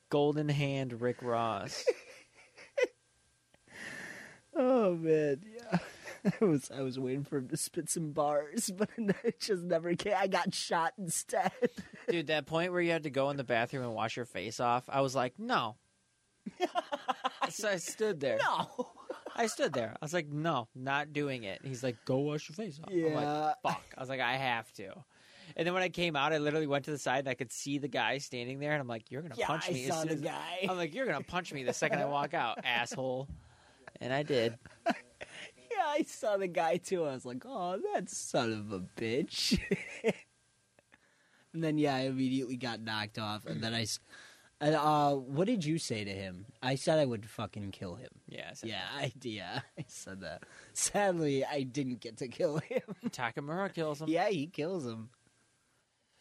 [SPEAKER 1] Golden hand Rick Ross.
[SPEAKER 2] Oh man, yeah. <laughs> I was I was waiting for him to spit some bars, <laughs> but it just never came. I got shot instead.
[SPEAKER 1] Dude, that point where you had to go in the bathroom and wash your face off, I was like, no. so I stood there.
[SPEAKER 2] <laughs> No.
[SPEAKER 1] I stood there. I was like, no, not doing it. And he's like, go wash your face off. I'm
[SPEAKER 2] <laughs> Yeah.
[SPEAKER 1] like, fuck. I was like, I have to. And then when I came out, I literally went to the side and I could see the guy standing there. And I'm like, you're going to
[SPEAKER 2] Yeah,
[SPEAKER 1] punch
[SPEAKER 2] I
[SPEAKER 1] me. as
[SPEAKER 2] saw
[SPEAKER 1] soon
[SPEAKER 2] the
[SPEAKER 1] as-
[SPEAKER 2] guy.
[SPEAKER 1] I'm like, you're going to punch me the second I walk out,
[SPEAKER 2] <laughs>
[SPEAKER 1] asshole. And I did.
[SPEAKER 2] Yeah, I saw the guy too. I was like, oh, that son of a bitch. <laughs> and then yeah, I immediately got knocked off. And then I, s- and, uh, what did you say to him? I said I would fucking kill him.
[SPEAKER 1] Yeah. I said <laughs>
[SPEAKER 2] Yeah, I, yeah, <laughs> I said that. Sadly, I didn't get to kill him. <laughs>
[SPEAKER 1] that. Takamura kills him.
[SPEAKER 2] yeah, he kills him.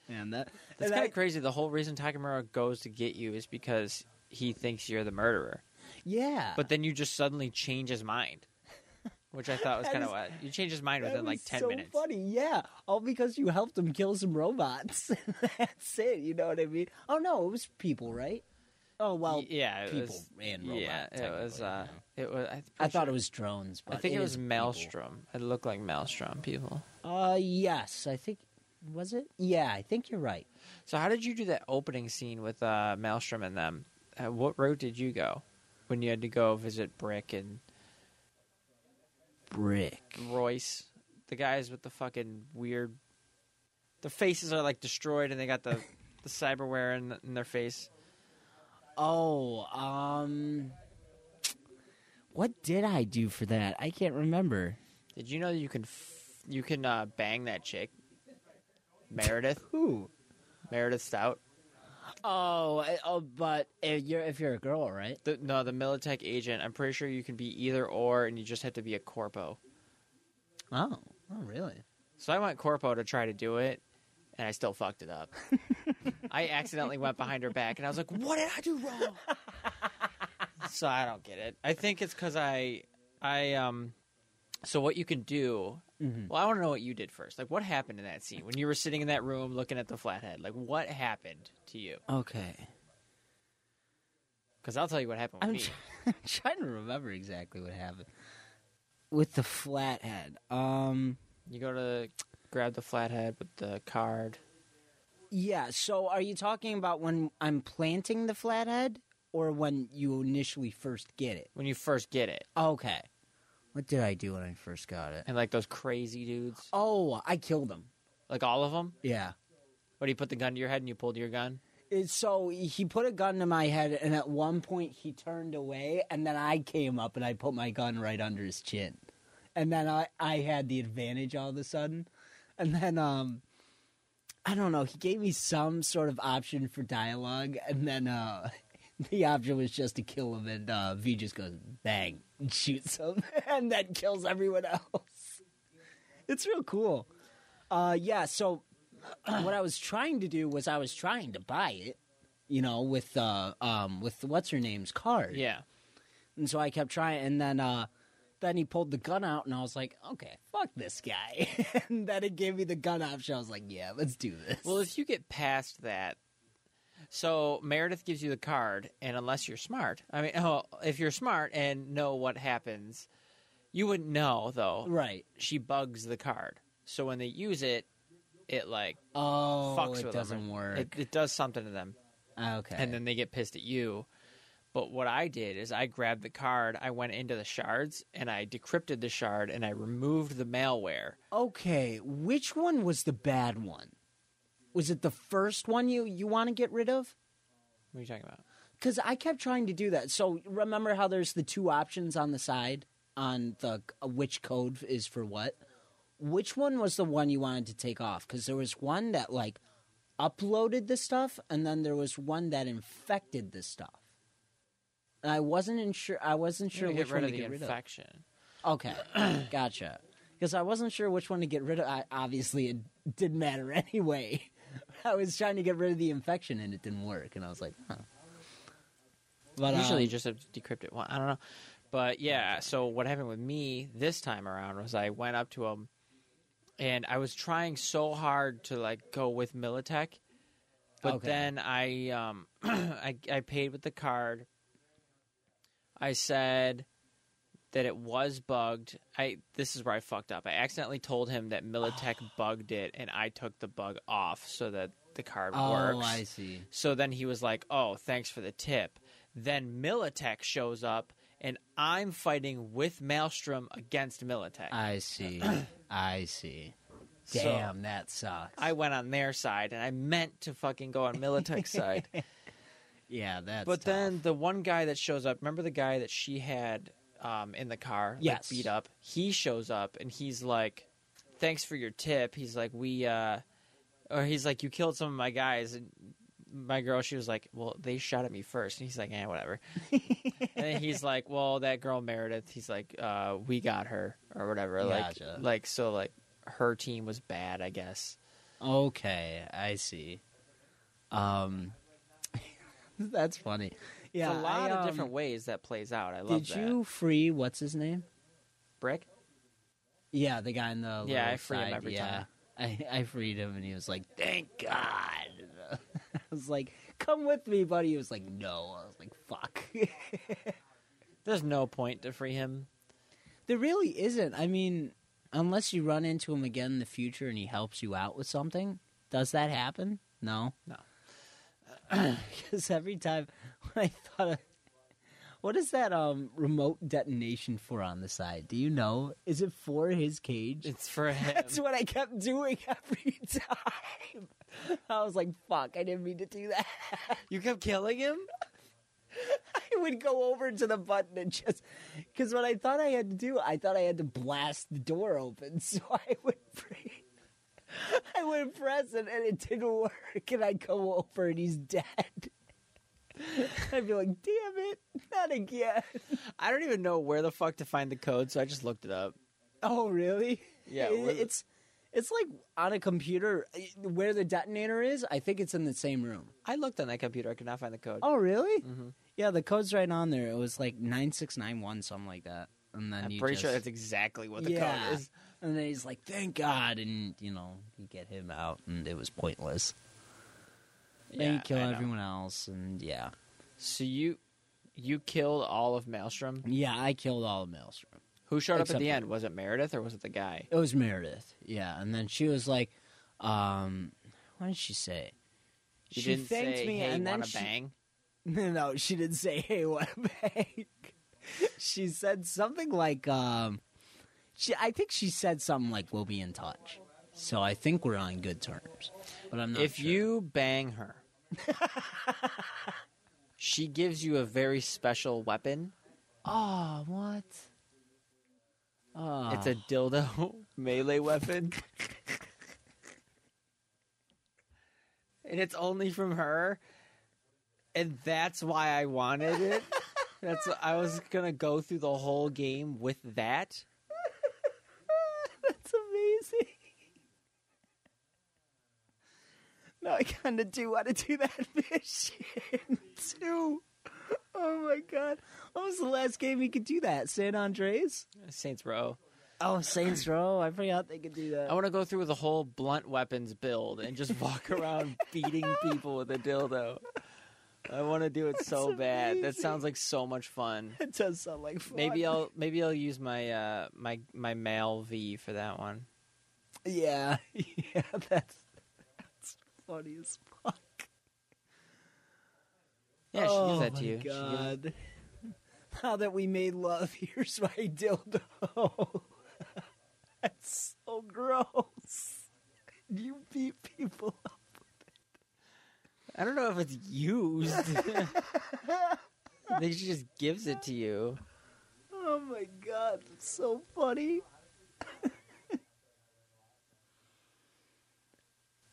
[SPEAKER 2] Man, that
[SPEAKER 1] That's
[SPEAKER 2] and
[SPEAKER 1] kind
[SPEAKER 2] I-
[SPEAKER 1] of crazy. The whole reason Takamura goes to get you is because he thinks you're the murderer.
[SPEAKER 2] Yeah,
[SPEAKER 1] But then you just suddenly change his mind, which I thought was
[SPEAKER 2] <laughs> That
[SPEAKER 1] kind of
[SPEAKER 2] is-
[SPEAKER 1] odd. You change his mind
[SPEAKER 2] that
[SPEAKER 1] within like
[SPEAKER 2] was
[SPEAKER 1] ten
[SPEAKER 2] so
[SPEAKER 1] minutes.
[SPEAKER 2] funny. Yeah, all because you helped him kill some robots. <laughs> That's it. You know what I mean? Oh no, it was people, right? Oh well,
[SPEAKER 1] Y- yeah, it
[SPEAKER 2] people
[SPEAKER 1] was-
[SPEAKER 2] and robots.
[SPEAKER 1] yeah, it was. Uh, It was. I,
[SPEAKER 2] I thought it was drones, but
[SPEAKER 1] I think it,
[SPEAKER 2] is
[SPEAKER 1] was
[SPEAKER 2] people.
[SPEAKER 1] Maelstrom. It looked like Maelstrom people.
[SPEAKER 2] Uh, yes, I think was it. Yeah, I think you're right.
[SPEAKER 1] So how did you do that opening scene with uh, Maelstrom and them? Uh, what route did you go when you had to go visit Brick and
[SPEAKER 2] Brick.
[SPEAKER 1] Royce? The guys with the fucking weird. Their faces are like destroyed, and they got
[SPEAKER 2] <laughs>
[SPEAKER 1] the the cyberware in, in their face.
[SPEAKER 2] Oh, um, what did I do for that? I can't remember.
[SPEAKER 1] Did you know that you can f- you can uh, bang that chick, Meredith
[SPEAKER 2] Who?
[SPEAKER 1] Meredith Stout?
[SPEAKER 2] Oh, I- oh, but if you're if you're a girl, right?
[SPEAKER 1] The, no, the Militech agent. I'm pretty sure you can be either or, and you just have to be a corpo.
[SPEAKER 2] Oh, oh, really?
[SPEAKER 1] So I went corpo to try to do it, and I still fucked it up. I accidentally went behind her back, and I was like, "What did I do wrong?" so I don't get it. I think it's because I I um. So what you can do? Well, I want to know what you did first. Like, what happened in that scene when you were sitting in that room looking at the flathead? Like, what happened to you?
[SPEAKER 2] Okay,
[SPEAKER 1] Because I'll tell you what happened with
[SPEAKER 2] I'm,
[SPEAKER 1] me.
[SPEAKER 2] try- <laughs> I'm trying to remember exactly what happened with the flathead. Um,
[SPEAKER 1] You go to grab the flathead with the card.
[SPEAKER 2] yeah. So, are you talking about when I'm planting the flathead, or when you initially first get it?
[SPEAKER 1] when you first get it,
[SPEAKER 2] Okay. What did I do when I first got it?
[SPEAKER 1] and like those crazy dudes,
[SPEAKER 2] Oh, I killed him.
[SPEAKER 1] like all of them.
[SPEAKER 2] Yeah.
[SPEAKER 1] What he put the gun to your head and you pulled your gun.
[SPEAKER 2] It- so he put a gun to my head, and at one point he turned away, and then I came up and I put my gun right under his chin, and then I I had the advantage all of a sudden, and then um, I don't know. He gave me some sort of option for dialogue, and then uh. <laughs> The option was just to kill him, and uh, V just goes bang, <laughs> and shoots him, <laughs> and then kills everyone else. It's real cool. Uh, yeah, so <clears throat> what I was trying to do was I was trying to buy it, you know, with uh um with what's her name's card.
[SPEAKER 1] Yeah,
[SPEAKER 2] And so I kept trying and then uh then he pulled the gun out and I was like, Okay, fuck this guy <laughs> and then it gave me the gun option. I was like, Yeah, let's do this.
[SPEAKER 1] Well, if you get past that, so Meredith gives you the card, and unless you're smart, I mean, <laughs> oh, if you're smart and know what happens, you wouldn't know though.
[SPEAKER 2] <laughs> right.
[SPEAKER 1] She bugs the card, so when they use it, it like
[SPEAKER 2] Oh,
[SPEAKER 1] fucks
[SPEAKER 2] it
[SPEAKER 1] with
[SPEAKER 2] doesn't
[SPEAKER 1] them. or-
[SPEAKER 2] work.
[SPEAKER 1] It, it does something to them,
[SPEAKER 2] okay.
[SPEAKER 1] and then they get pissed at you. But what I did is I grabbed the card, I went into the shards, and I decrypted the shard, and I removed the malware.
[SPEAKER 2] okay, which one was the bad one? Was it the first one you you want to get rid of?
[SPEAKER 1] What are you talking about?
[SPEAKER 2] Because I kept trying to do that. So remember how there's the two options on the side on the uh, which code is for what? Which one was the one you wanted to take off? Because there was one that like uploaded the stuff, and then there was one that infected the stuff. And I wasn't insure. I wasn't sure
[SPEAKER 1] Sure,
[SPEAKER 2] which
[SPEAKER 1] get
[SPEAKER 2] one
[SPEAKER 1] rid
[SPEAKER 2] to
[SPEAKER 1] of the
[SPEAKER 2] get rid of.
[SPEAKER 1] infection.
[SPEAKER 2] Okay, <clears throat> gotcha. Because I wasn't sure which one to get rid of. I, obviously, it didn't matter <laughs> anyway. I was trying to get rid of the infection and it didn't work, and I was like, huh. But
[SPEAKER 1] Usually,
[SPEAKER 2] um,
[SPEAKER 1] you just have to decrypt it. One, I don't know, but yeah. So what happened with me this time around was I went up to him, and I was trying so hard to like go with Militech, but
[SPEAKER 2] Okay.
[SPEAKER 1] then I um <clears throat> I I paid with the card. I said that it was bugged. I this is where I fucked up. I accidentally told him that
[SPEAKER 2] <sighs>
[SPEAKER 1] Militech bugged it, and I took the bug off so that the card
[SPEAKER 2] oh,
[SPEAKER 1] works.
[SPEAKER 2] I see.
[SPEAKER 1] So then he was like, "Oh, thanks for the tip." Then Militech shows up, and I'm fighting with Maelstrom against Militech. <clears throat>
[SPEAKER 2] I see. I see.
[SPEAKER 1] So-
[SPEAKER 2] Damn, that sucks.
[SPEAKER 1] I went on their side, and I meant to fucking go on Militech's side,
[SPEAKER 2] yeah, that's.
[SPEAKER 1] but
[SPEAKER 2] tough.
[SPEAKER 1] then the one guy that shows up, remember the guy that she had um, in the car, like,
[SPEAKER 2] Yes.
[SPEAKER 1] beat up. He shows up, and he's like, "Thanks for your tip." He's like, "We," uh, or he's like, "You killed some of my guys." And my girl, she was like, "Well, they shot at me first. and he's like, "Eh, whatever."
[SPEAKER 2] <laughs>
[SPEAKER 1] and then he's like, "Well, that girl Meredith." He's like, uh, "We got her or whatever."
[SPEAKER 2] Gotcha.
[SPEAKER 1] Like, like so, like her team was bad, I guess.
[SPEAKER 2] Okay, I see. Um, <laughs> that's funny. Yeah,
[SPEAKER 1] It's a lot
[SPEAKER 2] I,
[SPEAKER 1] of
[SPEAKER 2] um,
[SPEAKER 1] different ways that plays out. I love
[SPEAKER 2] Did
[SPEAKER 1] that.
[SPEAKER 2] you free what's his name?
[SPEAKER 1] Brick?
[SPEAKER 2] Yeah, the guy in the
[SPEAKER 1] Yeah,
[SPEAKER 2] lower
[SPEAKER 1] I free him
[SPEAKER 2] side,
[SPEAKER 1] every
[SPEAKER 2] yeah.
[SPEAKER 1] time.
[SPEAKER 2] <laughs> I, I freed him, and he was like, "Thank God." <laughs> I was like, "Come with me, buddy." He was like, "No." I was like, "Fuck." <laughs>
[SPEAKER 1] There's no point to free him.
[SPEAKER 2] there really isn't. I mean, unless you run into him again in the future and he helps you out with something, does that happen? No, <clears throat>
[SPEAKER 1] No.
[SPEAKER 2] because every time <laughs> when I thought, of, what is that um remote detonation for on the side? Do you know? Is it for his
[SPEAKER 1] <laughs>
[SPEAKER 2] cage?
[SPEAKER 1] It's for him.
[SPEAKER 2] That's what I kept doing <laughs> every time. I was like, fuck, I didn't mean to do that. <laughs>
[SPEAKER 1] you kept killing him?
[SPEAKER 2] I would go over to the button and just. Because what I thought I had to do, I thought I had to blast the door open. <laughs> So I would. Pre- I would press it and it didn't work. And I'd go over and he's dead. <laughs> I'd be like, damn it, not again. <laughs>
[SPEAKER 1] I don't even know where the fuck to find the code, so I just looked it up.
[SPEAKER 2] Oh, really?
[SPEAKER 1] Yeah,
[SPEAKER 2] It-
[SPEAKER 1] where the-
[SPEAKER 2] it's. It's like on a computer it- where the detonator is. I think it's in the same room.
[SPEAKER 1] I looked on that computer. I could not find the code.
[SPEAKER 2] Oh, really?
[SPEAKER 1] Mm-hmm.
[SPEAKER 2] Yeah, the code's right on there. It was like nine six nine one, something like that. And then
[SPEAKER 1] I'm
[SPEAKER 2] you
[SPEAKER 1] pretty
[SPEAKER 2] just,
[SPEAKER 1] sure that's exactly what the
[SPEAKER 2] yeah.
[SPEAKER 1] code is.
[SPEAKER 2] And then he's like, "Thank God!" And you know, you get him out, and it was pointless. then
[SPEAKER 1] Yeah,
[SPEAKER 2] you kill
[SPEAKER 1] I know.
[SPEAKER 2] everyone else, and yeah,
[SPEAKER 1] So you you killed all of Maelstrom.
[SPEAKER 2] yeah, I killed all of Maelstrom.
[SPEAKER 1] Who showed up
[SPEAKER 2] Except
[SPEAKER 1] at the
[SPEAKER 2] for-
[SPEAKER 1] end? Was it Meredith or was it the guy?
[SPEAKER 2] It was Meredith, yeah. And then she was like, um, "What did she say?"
[SPEAKER 1] You
[SPEAKER 2] she
[SPEAKER 1] didn't
[SPEAKER 2] thanked
[SPEAKER 1] say,
[SPEAKER 2] me,
[SPEAKER 1] hey,
[SPEAKER 2] and
[SPEAKER 1] you
[SPEAKER 2] then
[SPEAKER 1] wanna
[SPEAKER 2] she,
[SPEAKER 1] bang.
[SPEAKER 2] <laughs> No, no, she didn't say, hey, what a bank. <laughs> she said something like, um, she, I think she said something like, we'll be in touch. So I think we're on good terms. But I'm not
[SPEAKER 1] if
[SPEAKER 2] sure.
[SPEAKER 1] you bang <laughs> her, she gives you a very special weapon.
[SPEAKER 2] Oh, what? Oh.
[SPEAKER 1] It's a dildo <laughs> melee weapon. and it's only from her. And that's why I wanted it. That's I was going to go through the whole game with that.
[SPEAKER 2] <laughs> That's amazing. No, I kind of do want to do that <laughs> mission too. Oh my god! What was the last game you could do that? San Andres?
[SPEAKER 1] Saints Row.
[SPEAKER 2] Oh, Saints Row. I forgot they could do that.
[SPEAKER 1] I want to go through the whole blunt weapons build and just walk <laughs> around beating people with a dildo. I want to do it so
[SPEAKER 2] That's
[SPEAKER 1] bad. That
[SPEAKER 2] amazing.
[SPEAKER 1] sounds like so much fun.
[SPEAKER 2] It does sound like fun.
[SPEAKER 1] Maybe I'll maybe I'll use my uh my my male V for that one.
[SPEAKER 2] Yeah, <laughs> yeah, that's, that's funny as fuck.
[SPEAKER 1] Yeah, she gives
[SPEAKER 2] oh
[SPEAKER 1] that
[SPEAKER 2] my
[SPEAKER 1] to you. She gives-
[SPEAKER 2] God. Now that we made love, <laughs> here's my dildo. <laughs> that's so gross. You beat people up.
[SPEAKER 1] I don't know if it's used. <laughs> I think she just gives it to you.
[SPEAKER 2] Oh my god, that's so funny. <laughs>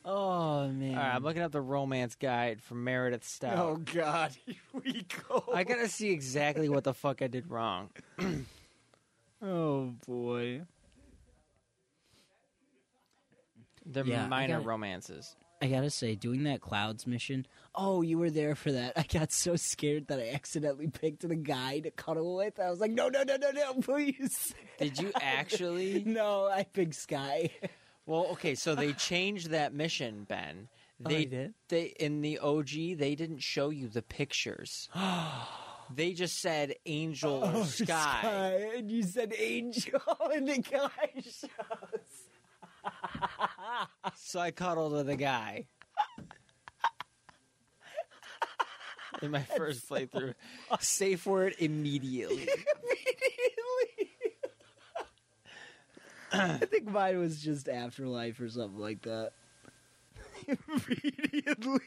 [SPEAKER 2] oh man.
[SPEAKER 1] All right, I'm looking up the romance guide from Meredith Stout.
[SPEAKER 2] oh god, <laughs> here we go.
[SPEAKER 1] I gotta see exactly what the fuck I did wrong.
[SPEAKER 2] Oh boy.
[SPEAKER 1] They're
[SPEAKER 2] Yeah, I
[SPEAKER 1] minor
[SPEAKER 2] got-
[SPEAKER 1] romances.
[SPEAKER 2] I gotta say, doing that clouds mission. Oh, you were there for that. <laughs> I got so scared that I accidentally picked the guy to cuddle with. I was like, no, no, no, no, no, please. <laughs>
[SPEAKER 1] Did you <laughs> actually?
[SPEAKER 2] No, I picked Sky.
[SPEAKER 1] well, okay, so they changed that mission, Ben. They
[SPEAKER 2] Oh, did?
[SPEAKER 1] They in the OG, they didn't show you the <gasps> pictures. they just said angel <laughs>
[SPEAKER 2] Oh,
[SPEAKER 1] or Oh, sky.
[SPEAKER 2] And you said angel, <laughs> and the guy shows.
[SPEAKER 1] So I cuddled with a guy. In my first playthrough, safe word immediately.
[SPEAKER 2] immediately. <laughs> I think mine was just afterlife or something like that. <laughs> immediately.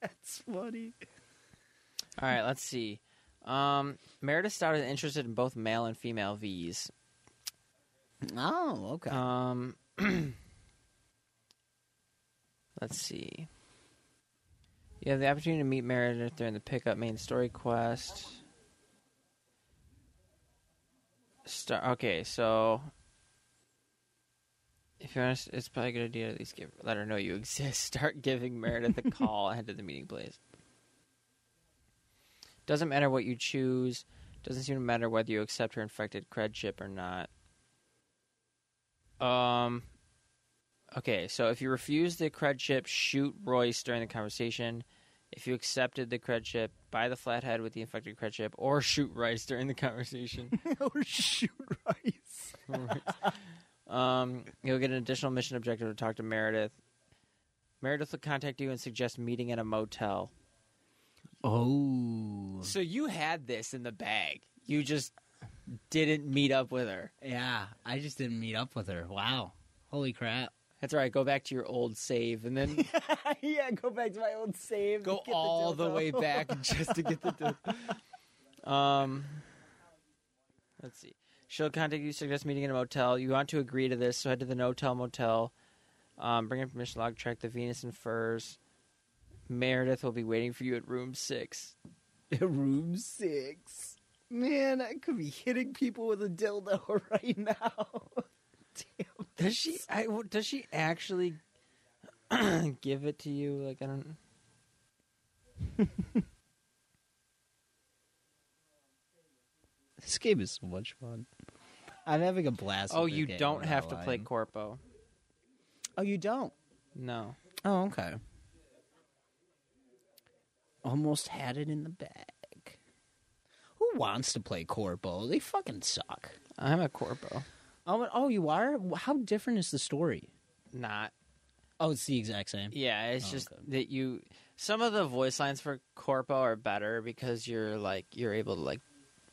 [SPEAKER 2] That's funny.
[SPEAKER 1] All right, let's see. Um, Meredith Stout is interested in both male and female V's.
[SPEAKER 2] Oh, okay. <laughs>
[SPEAKER 1] Um, <clears throat> let's see. You have the opportunity to meet Meredith during the pickup main story quest. Star. Okay, so if you're honest, it's probably a good idea to at least give, let her know you <laughs> exist. Start giving Meredith a call ahead of the meeting, please. Doesn't matter what you choose. Doesn't seem to matter whether you accept her infected credship or not. Um. Okay, so if you refuse the cred chip, shoot Royce during the conversation. If you accepted the cred chip, buy the flathead with the infected cred chip, or shoot Royce <laughs> during the conversation.
[SPEAKER 2] or Oh, shoot rice.
[SPEAKER 1] um, you'll get an additional mission objective to talk to Meredith. Meredith will contact you and suggest meeting at a motel.
[SPEAKER 2] Oh.
[SPEAKER 1] So you had this in the bag. You just didn't meet up with her.
[SPEAKER 2] Yeah, I just didn't meet up with her. Wow. Holy crap.
[SPEAKER 1] That's all right. Go back to your old save and then
[SPEAKER 2] <laughs> yeah, go back to my old save. <laughs>
[SPEAKER 1] go all the, way back just to get the dildo. um let's see she'll contact you suggest meeting in a motel you want to agree to this so head to the no-tell motel um, bring in permission log track the venus and furs meredith will be waiting for you at room six
[SPEAKER 2] <laughs> Room six. Man, I could be hitting people with a dildo <laughs> right now. <laughs> Damn.
[SPEAKER 1] does she I, w- does she actually <clears throat> give it to you like i don't
[SPEAKER 2] This game is so much fun. I'm having a blast.
[SPEAKER 1] oh
[SPEAKER 2] with this
[SPEAKER 1] you
[SPEAKER 2] game,
[SPEAKER 1] don't
[SPEAKER 2] I'm
[SPEAKER 1] have
[SPEAKER 2] not
[SPEAKER 1] to play
[SPEAKER 2] lying.
[SPEAKER 1] corpo
[SPEAKER 2] Oh, you don't.
[SPEAKER 1] no
[SPEAKER 2] Oh, okay. Almost had it in the bag. Who wants to play Corpo? They fucking suck.
[SPEAKER 1] i'm a corpo
[SPEAKER 2] Oh, and- oh, you are. How different is the story?
[SPEAKER 1] not
[SPEAKER 2] Oh, it's the exact same.
[SPEAKER 1] Yeah, it's
[SPEAKER 2] Oh,
[SPEAKER 1] just
[SPEAKER 2] okay.
[SPEAKER 1] that you some of the voice lines for Corpo are better because you're like you're able to like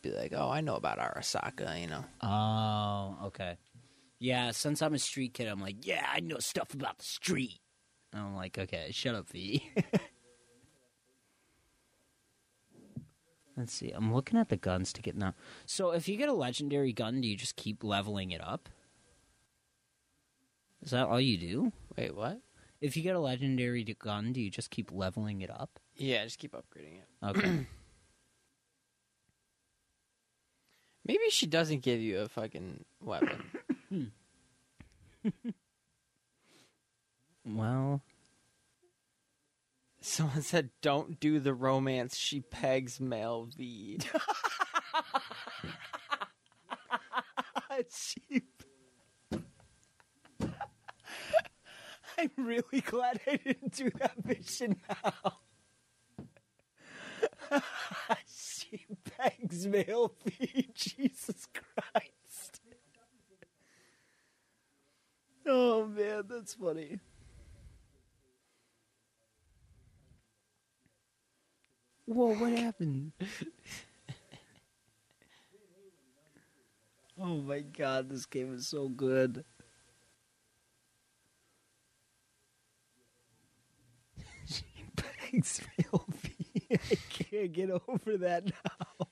[SPEAKER 1] be like, "Oh, I know about Arasaka," you know.
[SPEAKER 2] Oh, okay. Yeah, since I'm a street kid, I'm like, yeah, I know stuff about the street. And I'm like, okay, shut up, V. <laughs> Let's see. I'm looking at the guns to get now. So, if you get a legendary gun, do you just keep leveling it up? Is that all you do?
[SPEAKER 1] Wait, what?
[SPEAKER 2] If you get a legendary d- gun, do you just keep leveling it up?
[SPEAKER 1] Yeah, just keep upgrading it.
[SPEAKER 2] Okay. <clears throat>
[SPEAKER 1] Maybe she doesn't give you a fucking
[SPEAKER 2] <laughs>
[SPEAKER 1] weapon.
[SPEAKER 2] well,
[SPEAKER 1] Someone said, "Don't do the romance." She pegs Mel V.
[SPEAKER 2] cheap. <laughs> I'm really glad I didn't do that mission now. <laughs> she begs <laughs> male fee, Jesus Christ.
[SPEAKER 3] god, that's funny. Whoa, what happened? oh my god, this game is so good. Thanks, Philby. I can't get <laughs> over that now.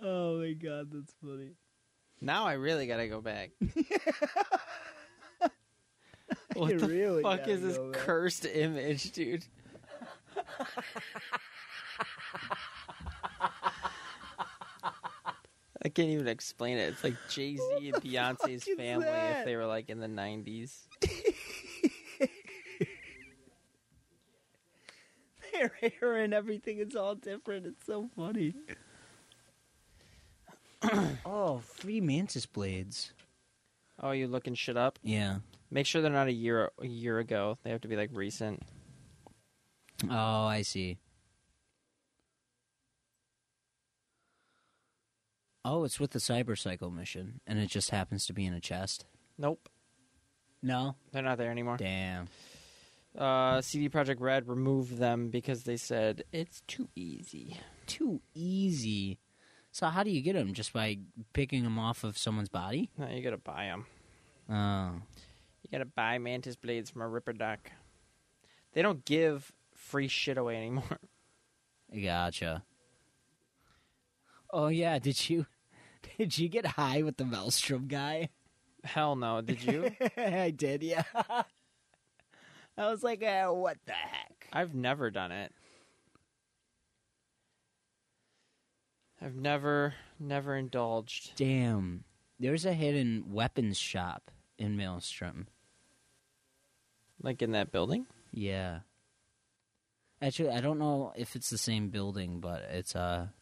[SPEAKER 3] Oh my god, that's funny.
[SPEAKER 1] Now I really gotta go back. what
[SPEAKER 3] You
[SPEAKER 1] the
[SPEAKER 3] really
[SPEAKER 1] fuck
[SPEAKER 3] gotta
[SPEAKER 1] is this
[SPEAKER 3] go back.
[SPEAKER 1] cursed image, dude? I can't even explain it. It's like Jay Z and Beyonce's
[SPEAKER 3] is
[SPEAKER 1] family
[SPEAKER 3] that?
[SPEAKER 1] if they were like in the nineties.
[SPEAKER 3] Their <laughs> hair and everything is all different. It's so funny.
[SPEAKER 2] <laughs> Oh, free mantis blades.
[SPEAKER 1] Oh, you looking shit up?
[SPEAKER 2] Yeah.
[SPEAKER 1] Make sure they're not a year a year ago. They have to be like recent.
[SPEAKER 2] Oh, I see. Oh, it's with the cybercycle mission, and it just happens to be in a chest.
[SPEAKER 1] Nope,
[SPEAKER 2] No,
[SPEAKER 1] they're not there anymore.
[SPEAKER 2] damn.
[SPEAKER 1] Uh, CD Project Red removed them because they said it's too easy.
[SPEAKER 2] Too easy. So how do you get them? Just by picking them off of someone's body?
[SPEAKER 1] No, you gotta buy them.
[SPEAKER 2] Oh,
[SPEAKER 1] You gotta buy mantis blades from a ripper doc. They don't give free shit away anymore. <laughs>
[SPEAKER 2] gotcha. Oh yeah, did you <laughs> did you get high with the Maelstrom guy? <laughs>
[SPEAKER 1] Hell no, did you?
[SPEAKER 3] I did, yeah. I was like, eh, what the heck?
[SPEAKER 1] <laughs> I've never done it. I've never, never indulged.
[SPEAKER 2] Damn. There's a hidden weapons shop in Maelstrom.
[SPEAKER 1] Like in that building?
[SPEAKER 2] Yeah. Actually, I don't know if it's the same building, but it's a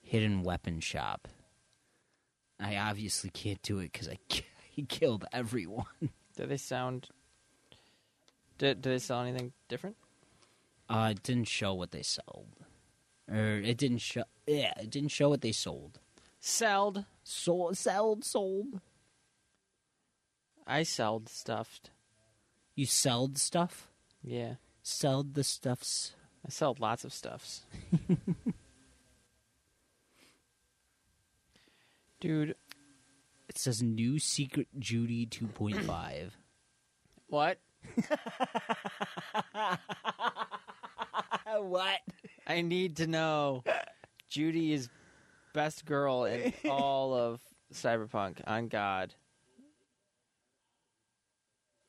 [SPEAKER 2] hidden weapon shop. I obviously can't do it because I, <laughs> ki- I killed everyone.
[SPEAKER 1] Do they sound. Do, do they sell anything different?
[SPEAKER 2] Uh, it didn't show what they sold, or it didn't show. Yeah, it didn't show what they sold.
[SPEAKER 1] Sold.
[SPEAKER 2] Sold, sold, sold.
[SPEAKER 1] I sold stuffed.
[SPEAKER 2] You sold stuff.
[SPEAKER 1] Yeah.
[SPEAKER 2] Sold the stuffs.
[SPEAKER 1] I sold lots of <laughs> stuffs. Dude,
[SPEAKER 2] It says new secret Judy two point <clears throat> five.
[SPEAKER 1] <laughs> what?
[SPEAKER 3] what?
[SPEAKER 1] I need to know. Judy is best girl <laughs> in all of Cyberpunk. On God,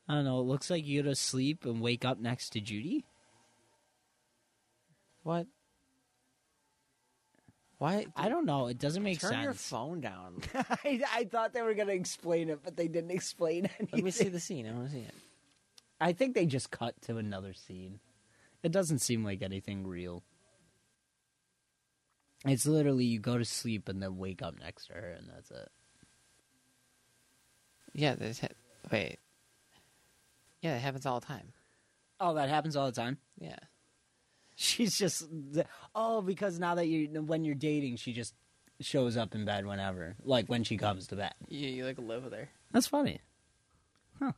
[SPEAKER 2] I don't know. It looks like you go to sleep and wake up next to Judy.
[SPEAKER 1] what? Why?
[SPEAKER 2] I don't know. It doesn't make
[SPEAKER 1] turn
[SPEAKER 2] sense.
[SPEAKER 1] your phone down.
[SPEAKER 3] <laughs> I, I thought they were going to explain it, but they didn't explain <laughs> anything.
[SPEAKER 1] Let me see the scene. I want to see it.
[SPEAKER 2] I think they just cut to another scene. It doesn't seem like anything real. It's literally you go to sleep and then wake up next to her, and that's it.
[SPEAKER 1] Yeah, this. Ha- wait. Yeah, it happens all the time.
[SPEAKER 2] Oh, that happens all the time.
[SPEAKER 1] Yeah.
[SPEAKER 2] <laughs> She's just oh, because now that you when you're dating, she just shows up in bed whenever, like when she comes to bed.
[SPEAKER 1] You, you like live with her.
[SPEAKER 2] That's funny. Huh.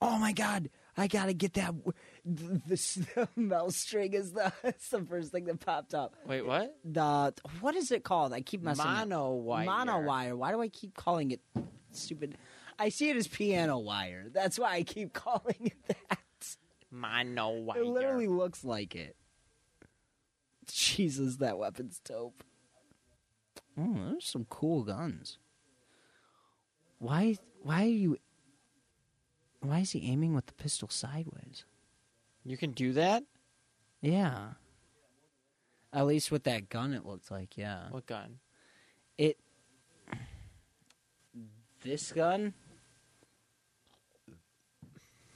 [SPEAKER 3] Oh my god, I gotta get
[SPEAKER 2] <laughs>
[SPEAKER 3] that. w- The, the, the mouse string is the, it's the first thing that popped up.
[SPEAKER 1] Wait, what?
[SPEAKER 3] The what is it called? I keep messing. up.
[SPEAKER 1] Mono wire.
[SPEAKER 3] Mono wire. Why do I keep calling it stupid? I see it as piano wire. That's why I keep <laughs> calling it that.
[SPEAKER 1] Mono wire.
[SPEAKER 3] It literally looks like it. Jesus, that weapon's dope. Mm,
[SPEAKER 2] Oh, those are some cool guns. Why? Why are you? Why is he aiming with the pistol sideways?
[SPEAKER 1] You can do that.
[SPEAKER 2] Yeah. At least with that gun, it looked like yeah.
[SPEAKER 1] What gun?
[SPEAKER 2] It. This gun.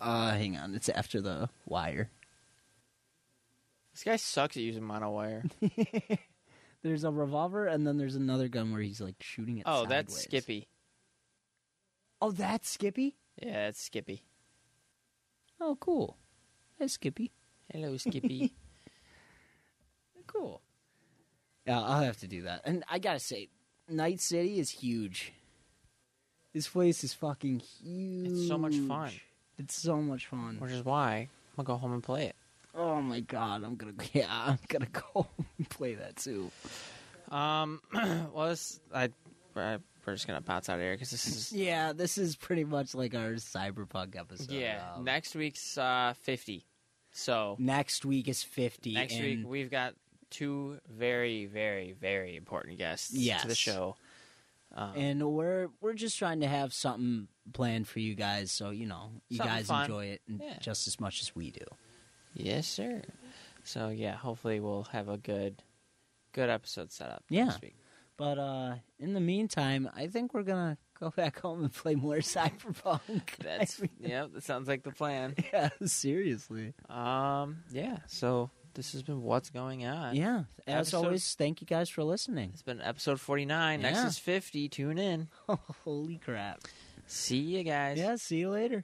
[SPEAKER 2] Uh, hang on. It's after the wire.
[SPEAKER 1] This guy sucks at using mono
[SPEAKER 2] <laughs>
[SPEAKER 1] wire.
[SPEAKER 2] There's a revolver, and then there's another gun where he's like shooting it.
[SPEAKER 1] oh, that's
[SPEAKER 2] sideways.
[SPEAKER 1] Skippy.
[SPEAKER 3] Oh, that's Skippy.
[SPEAKER 1] Yeah, that's Skippy.
[SPEAKER 2] Oh, cool. Hey, Skippy.
[SPEAKER 1] Hello,
[SPEAKER 2] <laughs>
[SPEAKER 1] Skippy.
[SPEAKER 2] Cool. Yeah, I'll have to do that. And I gotta say, Night City is huge. This place is fucking huge.
[SPEAKER 1] It's so much fun.
[SPEAKER 2] It's so much fun.
[SPEAKER 1] Which is why I'm gonna go home and play it.
[SPEAKER 2] Oh my god, I'm gonna <laughs> yeah, I'm gonna go <laughs> and play that too.
[SPEAKER 1] Um, <clears throat> well, this I, I we're just gonna bounce out of here because this
[SPEAKER 2] <laughs>
[SPEAKER 1] is
[SPEAKER 2] Yeah, Uh, this is pretty much like our cyberpunk episode.
[SPEAKER 1] yeah.
[SPEAKER 2] um,
[SPEAKER 1] Next week's uh 50, so
[SPEAKER 2] next week is fifty.
[SPEAKER 1] next
[SPEAKER 2] and
[SPEAKER 1] week we've got two very very very important guests to the
[SPEAKER 2] Yes.
[SPEAKER 1] show. Um,
[SPEAKER 2] and we're we're just trying to have something planned for you guys, so you know you
[SPEAKER 1] Something
[SPEAKER 2] guys
[SPEAKER 1] fun.
[SPEAKER 2] enjoy it n-
[SPEAKER 1] Yeah.
[SPEAKER 2] just as much as we do.
[SPEAKER 1] yes, sir. So yeah, hopefully we'll have a good good episode set up.
[SPEAKER 2] Yeah.
[SPEAKER 1] Next week.
[SPEAKER 2] But uh in the meantime, I think we're gonna go <laughs> back home and play more cyberpunk. <laughs>
[SPEAKER 1] That's
[SPEAKER 2] I mean,
[SPEAKER 1] yeah. That sounds like the plan.
[SPEAKER 2] yeah, seriously.
[SPEAKER 1] Um, yeah. So this has been what's going on.
[SPEAKER 2] Yeah, as
[SPEAKER 1] Episode-
[SPEAKER 2] always, thank you guys for listening. <laughs>
[SPEAKER 1] It's been episode 49. Next
[SPEAKER 2] Yeah.
[SPEAKER 1] is 50. Tune in.
[SPEAKER 2] Holy crap!
[SPEAKER 1] See you guys.
[SPEAKER 2] Yeah, see you later.